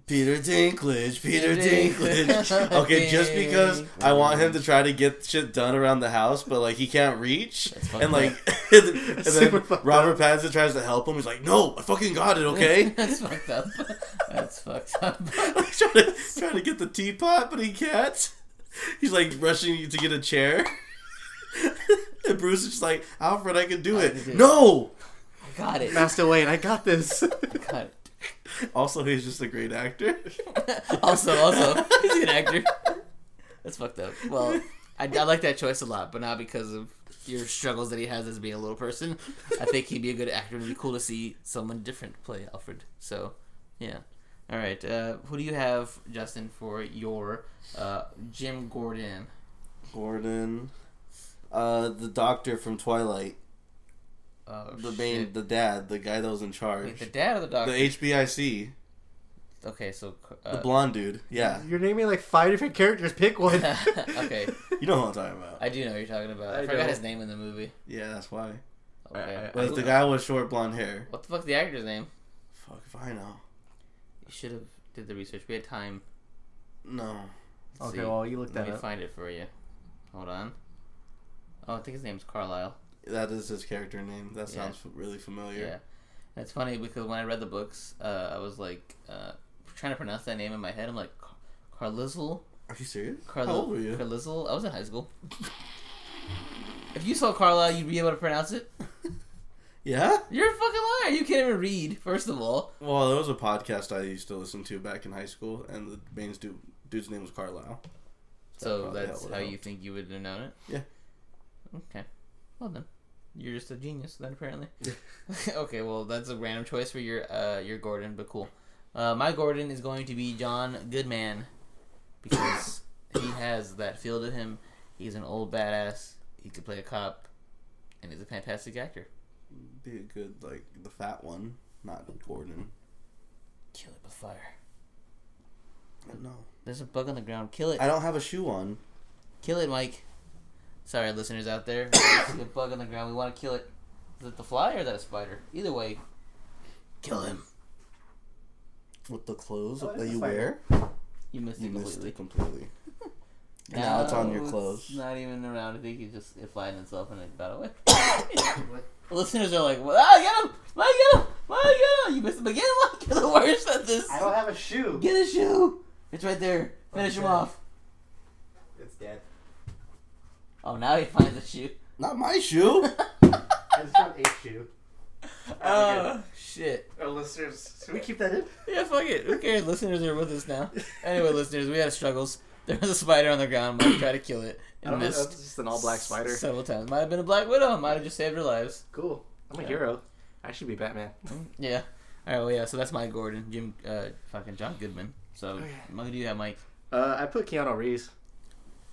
B: Peter Dinklage, Peter
A: Dinklage.
B: Dinklage. Okay, just because I want him to try to get shit done around the house, but like he can't reach,
A: fucked
B: and like, and then
E: Super fucked
B: Robert Pattinson tries to help him. He's like, "No, I fucking got it." Okay,
A: that's fucked up. That's fucked up.
B: Like, trying to trying to get the teapot, but he can't. He's like rushing to get a chair, and Bruce is just like, "Alfred, I can do
A: can
B: it."
A: do it.
B: No.
A: I got it.
E: Master Wayne, I got this.
A: Got it.
B: Also, he's just a great actor.
A: also, also, he's an actor. That's fucked up. Well, I, I like that choice a lot, but not because of your struggles that he has as being a little person. I think he'd be a good actor. It'd be cool to see someone different play Alfred. So, yeah. All right. Uh, who do you have, Justin, for your uh, Jim Gordon?
B: Gordon, uh, the doctor from
A: Uh,
B: Twilight.
A: Oh,
B: the main, the dad, the guy that was in charge,
A: Wait, the dad of the
B: the
A: doctor.
B: HBIC.
A: Okay, so
B: The
A: uh,
B: blonde dude. Yeah.
E: You're naming like five different characters. Pick one.
A: okay,
B: You know what I'm talking about.
A: I do know what you're talking about. I,
E: I
A: forgot
E: know.
A: his name in the movie.
B: Yeah, that's why.
A: Okay.
E: I- I-
B: But Uh, the guy with short blonde hair.
A: what the fuck's the actor's name?
B: Fuck if I know.
A: You should have did the research. We had time.
B: No.
A: Let's
E: Okay,
A: see.
E: well you looked
A: Let
E: that
A: me
E: up.
A: find it for you. Hold on. Oh, I think his name's Carlisle.
B: That is his character name. That
A: Yeah.
B: sounds f really familiar.
A: Yeah. That's funny because when I read the books, uh, I was like uh, trying to pronounce that name in my head. I'm like, Car- Carlisle?
B: Are you serious?
A: Carli-
B: How old were you?
A: Carlisle? I was in high school. if you saw Carlisle, you'd be able to pronounce it.
B: yeah?
A: You're a fucking liar. You can't even read, first of all.
B: Well, there was a podcast I used to listen to back in high school, and the main dude, dude's name was Carlisle.
A: So
B: probably
A: that's
B: helped.
A: how you think you would have known it?
B: Yeah.
A: Okay. Well then. You're just a genius then apparently. okay, well that's a random choice for your uh your Gordon, but cool. Uh my Gordon is going to be John Goodman because he has that feel to him. He's an old badass, he could play a cop, and he's a fantastic actor.
B: Be a good, like, the fat one, not Gordon.
A: Kill it with fire.
B: No.
A: There's a bug on the ground. Kill it.
B: I don't have a shoe on.
A: Kill it, Mike. Sorry, listeners out there. There's a bug on the ground. We want to kill it. Is it the fly or is that a spider? Either way, kill him.
B: With the clothes
E: Oh,
B: that
E: it's
B: you
E: a spider.
B: wear,
A: You missed
B: you
A: it
B: missed
A: completely.
B: it completely. And now it's on your
A: it's
B: clothes.
A: not even around. I think he just it flying itself and it got away. The listeners are like, well, ah, get him! Mike, get him! Mike, get him! You missed him again, Mike! You're the worst at this!
E: I don't have a shoe.
A: Get a shoe! It's right there. Finish him
E: Okay.
A: off.
E: It's dead.
A: Oh, now he finds a shoe.
B: Not my shoe!
E: I just found a shoe.
A: Oh, shit.
E: Our listeners, should we keep that in?
A: Yeah, fuck it. Who cares? listeners are with us now. Anyway, listeners, we had struggles. There was a spider on the ground. Mike tried to kill it
C: I
A: and
C: don't know.
A: missed
C: That's just an all black spider.
A: several times. Might have been a black widow. Might have just saved her lives.
C: Cool. I'm a hero. I should be Batman.
A: Mm, Yeah. All right. Well, yeah. So that's my Gordon, Jim, uh, fucking John Goodman.
C: Oh,
A: So I'm gonna do that, Mike.
C: Uh, I put Keanu Reeves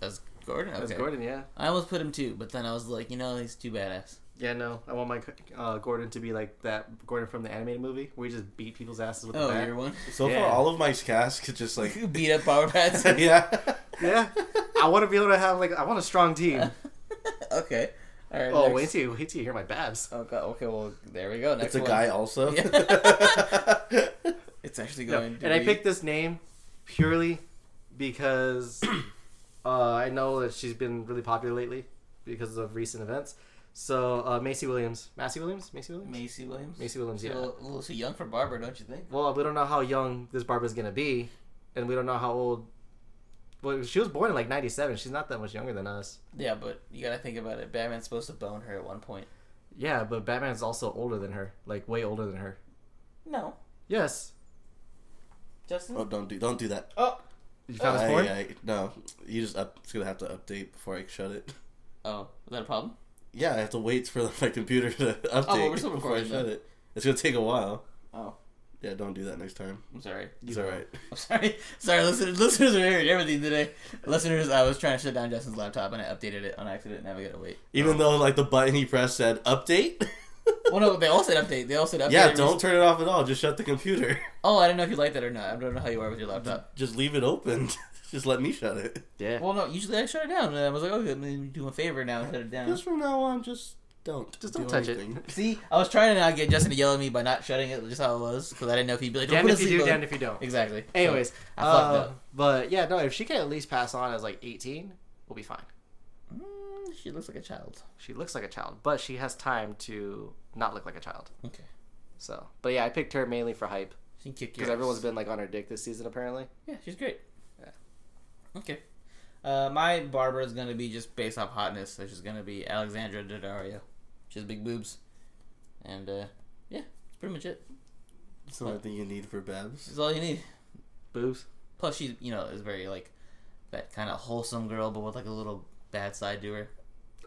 A: As Gordon. Okay.
C: as Gordon. Yeah.
A: I almost put him too, but then I was like, you know, he's too badass.
C: Yeah. No, I want my uh, Gordon to be like that Gordon from the animated movie where he just beat people's asses with
A: Oh,
C: the bat.
A: you're one.
B: So
C: Yeah.
B: far, all of my cast could just, like,
A: You beat up Power Pats.
B: yeah.
C: Yeah. I want to be able to have like I want a strong team.
A: okay. All right.
C: Oh,
A: next.
C: wait till you wait till you hear my babs.
A: Oh, God. Okay. Well, there we go. Next
B: It's a
A: one.
B: guy also.
A: It's actually
C: No,
A: going. to
C: and I
A: be-
C: picked this name purely because uh, I know that she's been really popular lately because of recent events. So uh, Macy Williams, Massey Williams, Macy Williams,
A: Macy Williams.
C: Macy Williams.
A: She's
C: Yeah.
A: a little, a little too young for Barbara, don't you think?
C: Well, we don't know how young this Barbara's gonna be, and we don't know how old. Well, she was born in like '97. She's not that much younger than us.
A: Yeah, but you gotta think about it. Batman's supposed to bone her at one point.
C: Yeah, but Batman's also older than her, like way older than her.
A: No,
C: Yes,
A: Justin.
B: oh, don't do, don't do that.
A: Oh,
C: you found this
B: I-
C: porn.
B: I- no, you just up. It's gonna have to update before I shut it.
A: oh, is that a problem?
B: Yeah, I have to wait for my computer to update
A: well, we're still
B: before I
A: recording
B: shut
A: then.
B: it. It's gonna take a while.
A: Oh,
B: Yeah, don't do that next time.
A: I'm sorry.
B: It's all right.
A: I'm sorry. Sorry, listeners. Listeners are hearing everything today. Listeners, I was trying to shut down Justin's laptop and I updated it on accident. Now we gotta wait.
B: Even though like the button he pressed said update.
A: Well, no, they all said update. They all said update.
B: yeah,
A: every-
B: don't turn it off at all. Just shut the computer.
A: Oh, I don't know if you like that or not. I don't know how you are with your laptop.
B: Just leave it open. just let me shut it.
C: Yeah.
A: Well, no. Usually I shut it down. And I was like, oh, let me do a favor now and shut it down.
B: Just from now on, just don't.
C: Just don't touch it.
A: See, I was trying to not get Justin to yell at me by not shutting it, just how it was, because I didn't know if he'd be like, don't
C: Damned
A: put
C: if
A: a
C: you do,
A: sleep
C: damned
A: on.
C: if you don't.
A: Exactly. So,
C: Anyways,
A: I fucked
C: uh,
A: up.
C: But yeah, no, if she can at least pass on as like 18, we'll be fine.
A: Mm, she looks like a child.
C: She looks like a child, but she has time to not look like a child.
A: Okay.
C: So, but yeah, I picked her mainly for hype
A: She can kick your
C: because
A: ass.
C: everyone's been like on her dick this season apparently.
A: Yeah, she's great. Okay. Uh, my barber is gonna be just based off hotness, which is gonna be Alexandra Daddario. She has big boobs, and uh, yeah, that's pretty much it.
B: It's the only thing you need for Babs.
A: That's all you need.
C: Boobs.
A: Plus, she you know is very like that kind of wholesome girl, but with like a little bad side to her.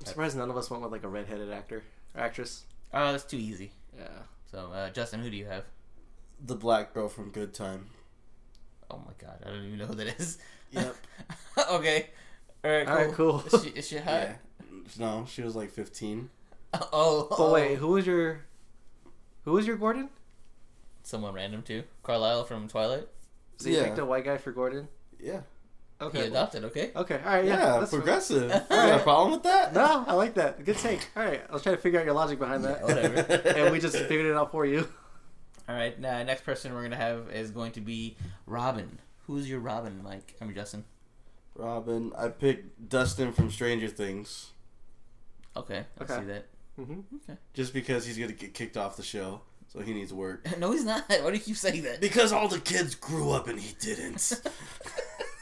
C: I'm surprised none of us went with like a redheaded actor or actress.
A: Uh, that's too easy.
C: Yeah.
A: So, uh, Justin, who do you have?
B: The black girl from Good Time.
A: Oh my god, I don't even know who that is.
B: Yep.
A: okay. All right. Cool.
C: All right, cool.
A: Is she, is she hot?
B: Yeah. No, she was like 15.
A: Oh,
C: But wait, who was your who was your Gordon?
A: Someone random too. Carlisle from Twilight.
C: So you
B: Yeah.
C: picked a white guy for Gordon?
B: Yeah.
A: He
C: Okay.
A: adopted, okay?
C: Okay. All right. Oh, Yeah.
B: Yeah,
C: that's fine.
B: progressive. You got a problem with that?
C: No, I like that. Good take. All right. I was trying to figure out your logic behind that.
A: Whatever.
C: and we just figured it out for you.
A: All right, now, uh, next person we're going to have is going to be Robin. Who's your Robin, Mike? I'm Justin.
B: Robin, I picked Dustin from Stranger Things
A: Okay, I
C: Okay.
A: see that.
B: just because he's gonna get kicked off the show, so he needs work.
A: No, he's not. Why do you keep saying that?
B: Because all the kids grew up and he didn't.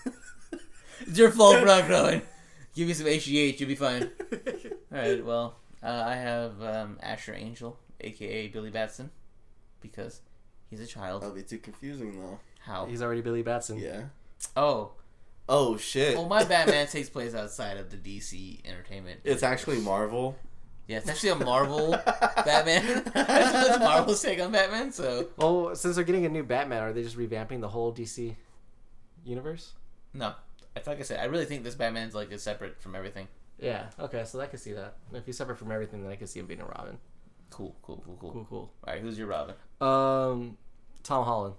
A: It's your fault for not growing. Give me some HGH, you'll be fine. All right, well, uh, I have um, Asher Angel, aka Billy Batson, because he's a child.
B: That'll be too confusing though.
A: How?
C: He's already Billy Batson.
B: Yeah.
A: Oh,
B: Oh shit.
A: well, my Batman takes place outside of the DC entertainment.
B: it's actually Marvel.
A: yeah, it's actually a Marvel Batman. That's much Marvel's take on Batman, so
C: Well, since they're getting a new Batman, are they just revamping the whole DC universe?
A: no. I- Like I said, I really think this Batman's like is separate from everything.
C: Yeah. Okay. So I can see that. If he's separate from everything, then I can see him being a Robin. Oh,
A: Cool, cool, cool, cool.
C: Cool.
A: All right, who's your Robin?
C: Cool. Um, Tom Holland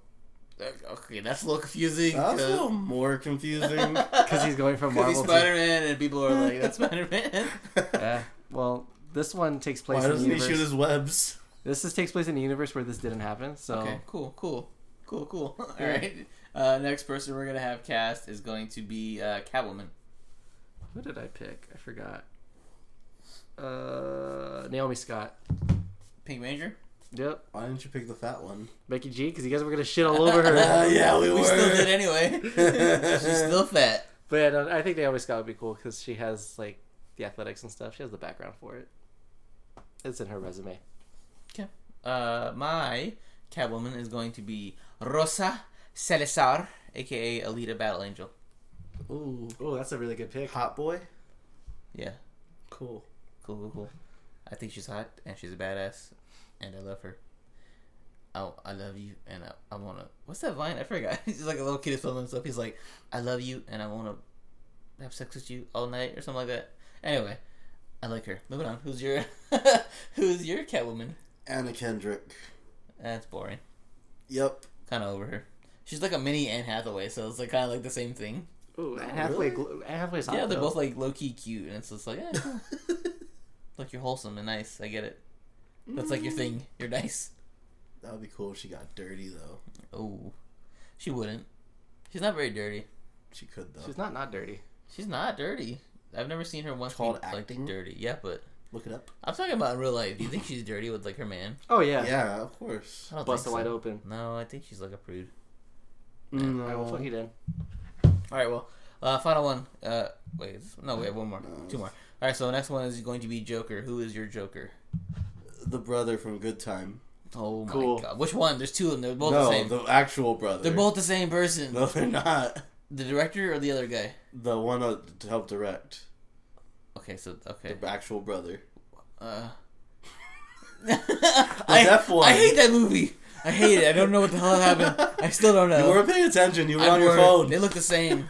A: Uh, Okay, that's a little confusing.
B: That's
A: 'cause-
B: still more confusing.
C: because he's going from
A: Because he's
C: Marvel to
A: Spider Man, and people are like, "That's Spider Man."
C: Yeah. Well, this one takes place.
B: Why
C: in the
B: doesn't he
C: universe.
B: shoot his webs?
C: This is, takes place in a universe where this didn't happen. So
A: Okay, Oh, cool, cool, cool, cool. All right. Uh, next person we're gonna have cast is going to be uh, Catwoman.
C: who did I pick? I forgot. Uh, Naomi Scott.
A: Pink Ranger.
C: Yep.
B: Why didn't you pick the fat one?
C: Becky G. Because you guys were gonna shit all over her.
B: Uh, yeah, we,
A: We
B: were.
A: still did anyway. She's still fat.
C: but yeah, no, I think Naomi Scott would be cool because she has like the athletics and stuff. She has the background for it. It's in her resume.
A: Okay. Uh, my Catwoman is going to be Rosa Salazar, aka Alita Battle Angel.
C: Ooh. Ooh, that's a really good pick.
B: Hot boy.
A: Yeah,
B: Cool.
A: cool, cool, cool. I think she's hot and she's a badass, and I love her. I, I love you and I, I wanna. What's that line? I forgot. He's like a little kid is filming himself. He's like, I love you and I wanna have sex with you all night or something like that. Anyway, I like her. Moving on. Who's your Who's your Catwoman?
B: Anna Kendrick.
A: That's boring.
B: Yep.
A: Kind of over her. She's like a mini Anne Hathaway, so it's like kind of like the same thing.
C: Ooh, Anne Hathaway. gl- Anne Hathaway's hot.
A: yeah, they're
C: though.
A: both like low key cute, and it's just like, eh, cool. like you're wholesome and nice. I get it. That's like your thing. You're nice.
B: That would be cool if she got dirty though.
A: Oh, she wouldn't. She's not very dirty.
B: She could though.
C: She's not not dirty.
A: She's not dirty. I've never seen her once
B: It's called
A: be like
B: acting.
A: dirty. Yeah, but
B: Look it up.
A: I'm talking about in real life. Do you think she's dirty with like her man?
C: Oh yeah.
B: Yeah, of course.
A: I don't
C: Bust it
A: think
C: wide
A: so.
C: open.
A: No, I think she's like a prude.
C: Mm, I will fuck you then.
A: All right, well, uh, final one. Uh, wait, is- no, we have one more, two more. All right, so next one is going to be Joker. Who is your Joker?
B: The brother from Good Time.
A: Oh my
C: Cool.
A: god, which one? There's two of them. They're both the
B: no,
A: same.
B: the actual brother.
A: They're both the same person.
B: No, they're not.
A: The director or the other guy?
B: The one that helped direct.
A: Okay, so okay.
B: The actual brother.
A: Uh, I,
B: deaf one.
A: I hate that movie. I hate it. I don't know what the hell happened. I still don't
C: Uh,
A: know.
B: You weren't paying attention. You were
A: I
B: on your
A: were-
B: phone.
A: They look the same.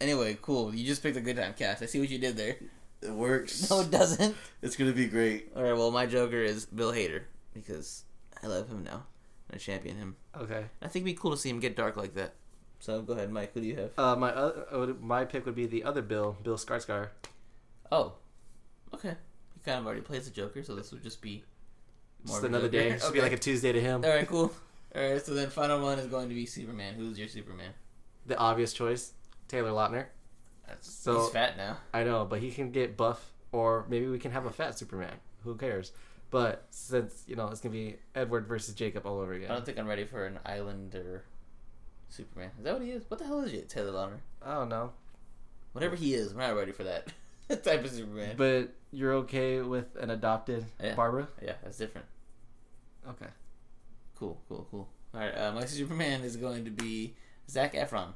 A: anyway, cool. You just picked a good time cast. I see what you did there.
B: It works.
A: No, it doesn't.
B: It's gonna be great.
A: All right. Well, my Joker is Bill Hader because I love him now. I champion him.
C: Okay.
A: I think it'd be cool to see him get dark like that. So go ahead, Mike. Who do you have?
C: Uh, my other, uh, my pick would be the other Bill, Bill Skarsgård.
A: Oh, okay. He kind of already plays the Joker, so this would just be more
C: Just
A: of a
C: another
A: Joker.
C: day. Just be like a Tuesday to him.
A: All right, cool. All right, so then final one is going to be Superman. Who's your Superman?
C: The obvious choice, Taylor Lautner. So-
A: he's fat now.
C: I know, but he can get buff, or maybe we can have a fat Superman. Who cares? But since you know it's gonna be Edward versus Jacob all over
A: I
C: again.
A: don't think I'm ready for an Islander Superman. Is that what he is? What the hell is it, Taylor Lautner?
C: I don't know,
A: Whatever he is, we're not ready for that type of Superman.
C: but you're okay with an adopted
A: Yeah.
C: Barbara?
A: yeah, that's different.
C: Okay.
A: Cool, cool, cool. All right, uh, my Superman is going to be Zach Efron.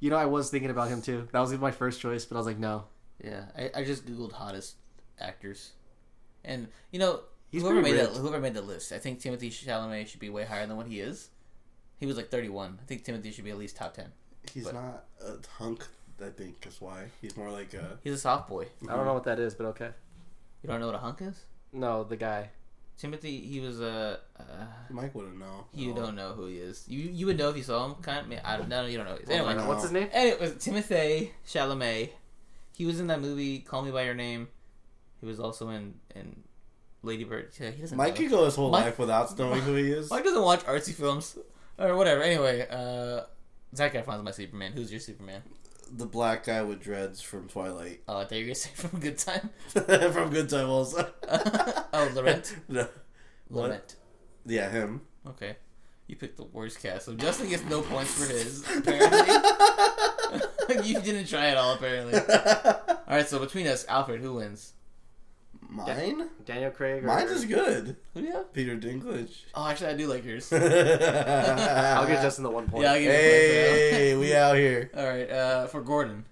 C: You know, I was thinking about him too. That was my first choice, but I was like, no.
A: Yeah, I, I just googled hottest actors, and you know
C: He's
A: whoever made
C: pretty
A: that,
C: ripped.
A: whoever made the list, I think Timothy Chalamet should be way higher than what he is. He was like 31. I think Timothy should be at least top 10.
B: He's
A: But-
B: not a hunk. I think is why he's more like a.
A: He's a soft boy.
C: I don't know what that is, but okay.
A: You don't know what a hunk is?
C: No, the guy.
A: Timothy, he was a. Uh,
B: Mike wouldn't know.
A: you
B: Oh.
A: don't know who he is. You you would know if you saw him. Kind of, I don't know. You don't know. Who he is.
B: Well,
A: Anyway,
B: I know.
C: What's his name?
A: And it was Timothy Chalamet. He was in that movie Call Me by Your Name. He was also in in Lady Bird. Yeah, he doesn't.
B: Mike
A: know.
B: could go his whole
A: Mike-
B: life without knowing who he is.
A: Mike doesn't watch artsy films or whatever. Anyway, uh, Zach Efron's my Superman. Who's your Superman?
B: The black guy with dreads from Twilight.
A: Oh, I thought you were gonna say from Good Time.
B: from Good Time also.
A: oh, Laurent.
B: No. What?
A: Laurent.
B: Yeah, him.
A: Okay, you picked the worst cast. So Justin gets no points for his. Apparently, you didn't try at all. Apparently. All right. So between us, Alfred, who wins?
B: Mine?
C: Daniel Craig. Or...
B: Mine's is good.
A: Who do you have?
B: Peter Dinklage.
A: Oh, actually, I do like yours.
C: I'll
B: I'll
C: give Justin the one point.
A: Yeah, I'll give you
B: Hey, we out here.
A: All right, uh, for Gordon,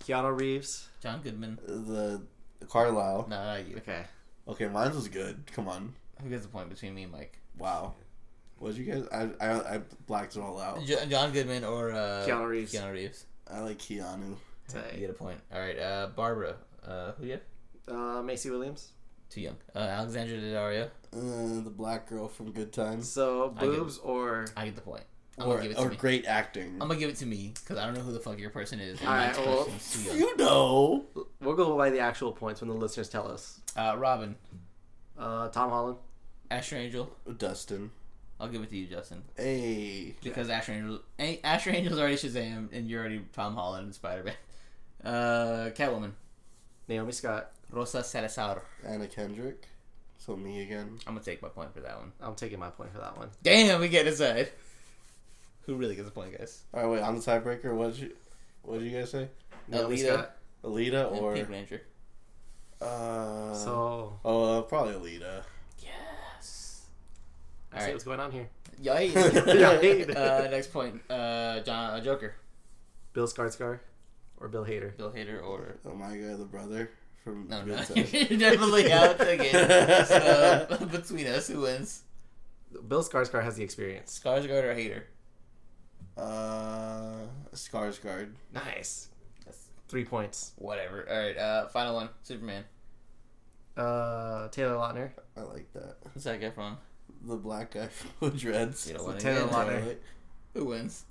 C: Keanu Reeves.
A: John Goodman.
B: The Carlisle.
A: No, not you.
C: Okay.
B: Okay, mine's was good. Come on.
A: Who gets the point between me and Mike?
B: Wow. What'd you guys? I I, I blacked it all out.
A: Jo- John Goodman or uh,
C: Keanu Reeves.
A: Keanu Reeves.
B: I like Keanu.
A: You get a point. All right, uh, Barbara. Uh, who you? have?
C: Uh, Macy Williams.
A: Too young. Uh, Alexandra Daddario.
B: Uh, the black girl from Good Times.
C: So
A: I get
C: boobs or
A: I get the point. I'm
B: Or,
A: gonna give it to
B: or
A: me.
B: great acting.
A: I'm gonna give it to me because I don't know who the fuck your person is. and
C: All
A: my
C: right, well-
A: person's too young.
B: you know.
C: we'll go by the actual points when the listeners tell us.
A: Uh, Robin,
C: Uh, Tom Holland.
A: Asher Angel.
B: Dustin.
A: I'll give it to you, Justin,
B: Hey.
A: because Asher Angel, A- Asher Angel's already Shazam, and you're already Tom Holland and Spider Man. Uh, Catwoman,
C: Naomi Scott.
A: Rosa Salazar.
B: Anna Kendrick. So me again.
A: I'm gonna take my point for that one.
C: I'm taking my point for that one.
A: Damn, we get inside. Who really gets the point, guys?
B: All right, wait. On the tiebreaker, what you what did you guys say?
C: Naomi
A: Alita
C: Scott.
B: Alita
A: and
B: or
A: Pink Ranger.
B: uh?
C: So
B: oh, uh, probably Alita.
A: Yes.
C: I
A: All
C: see
A: right.
C: what's going on here.
A: Yay.
C: Yeah, I hate it.
A: uh, next point. Uh, John uh, Joker,
C: Bill Skarsgård or Bill Hader.
A: Bill Hader, or
B: Oh my god, the brother from
A: no, no,
B: Good
A: you're
B: Times.
A: definitely out again. So between us, who wins?
C: Bill Skarsgård has the experience.
A: Skarsgård or Hader?
B: Uh, Skarsgård.
C: Nice.
A: That's-
C: Three points.
A: Whatever. All right. Uh, final one. Superman.
C: Uh, Taylor Lautner.
B: I like that.
A: Zac Efron.
B: The black guy from the dreads.
A: You don't want
C: Taylor
A: to
C: Lautner.
B: Like,
A: Who wins?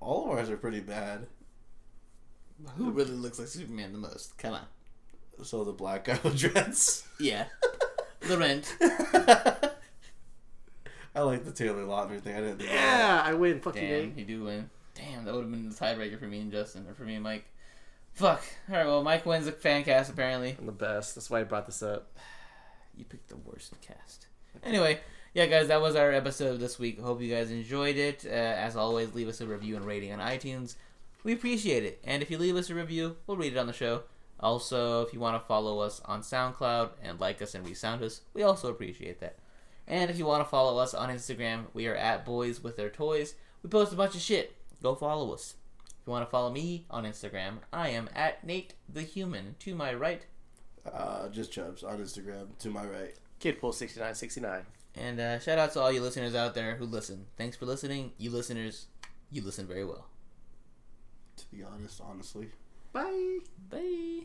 B: All of ours are pretty bad.
A: Who really looks like Superman the most? Come on.
B: So the black guy with dreads.
A: Yeah. the Rent.
B: I like the Taylor Lautner thing. I didn't think of that.
C: Yeah, I win. Fuck you,
A: Damn,
C: Nate.
A: you do win. Damn, that would have been the tiebreaker for me and Justin, or for me and Mike. Fuck. All right, well, Mike wins the fan cast apparently.
C: I'm the best. That's why I brought this up.
A: You picked the worst cast. Anyway, yeah, guys, that was our episode this week. Hope you guys enjoyed it. Uh, as always, leave us a review and rating on iTunes. We appreciate it, and if you leave us a review, we'll read it on the show. Also, if you want to follow us on SoundCloud and like us and resound us, we also appreciate that. And if you want to follow us on Instagram, we are at Boys With Their Toys. We post a bunch of shit. Go follow us. If you want to follow me on Instagram, I am at Nate the Human. To my right,
B: Uh, just Chubbs on Instagram to my right.
C: Kidpool 6969.
A: And uh, shout out to all you listeners out there who listen. Thanks for listening. You listeners, you listen very well.
B: To be honest, honestly.
C: Bye.
A: Bye.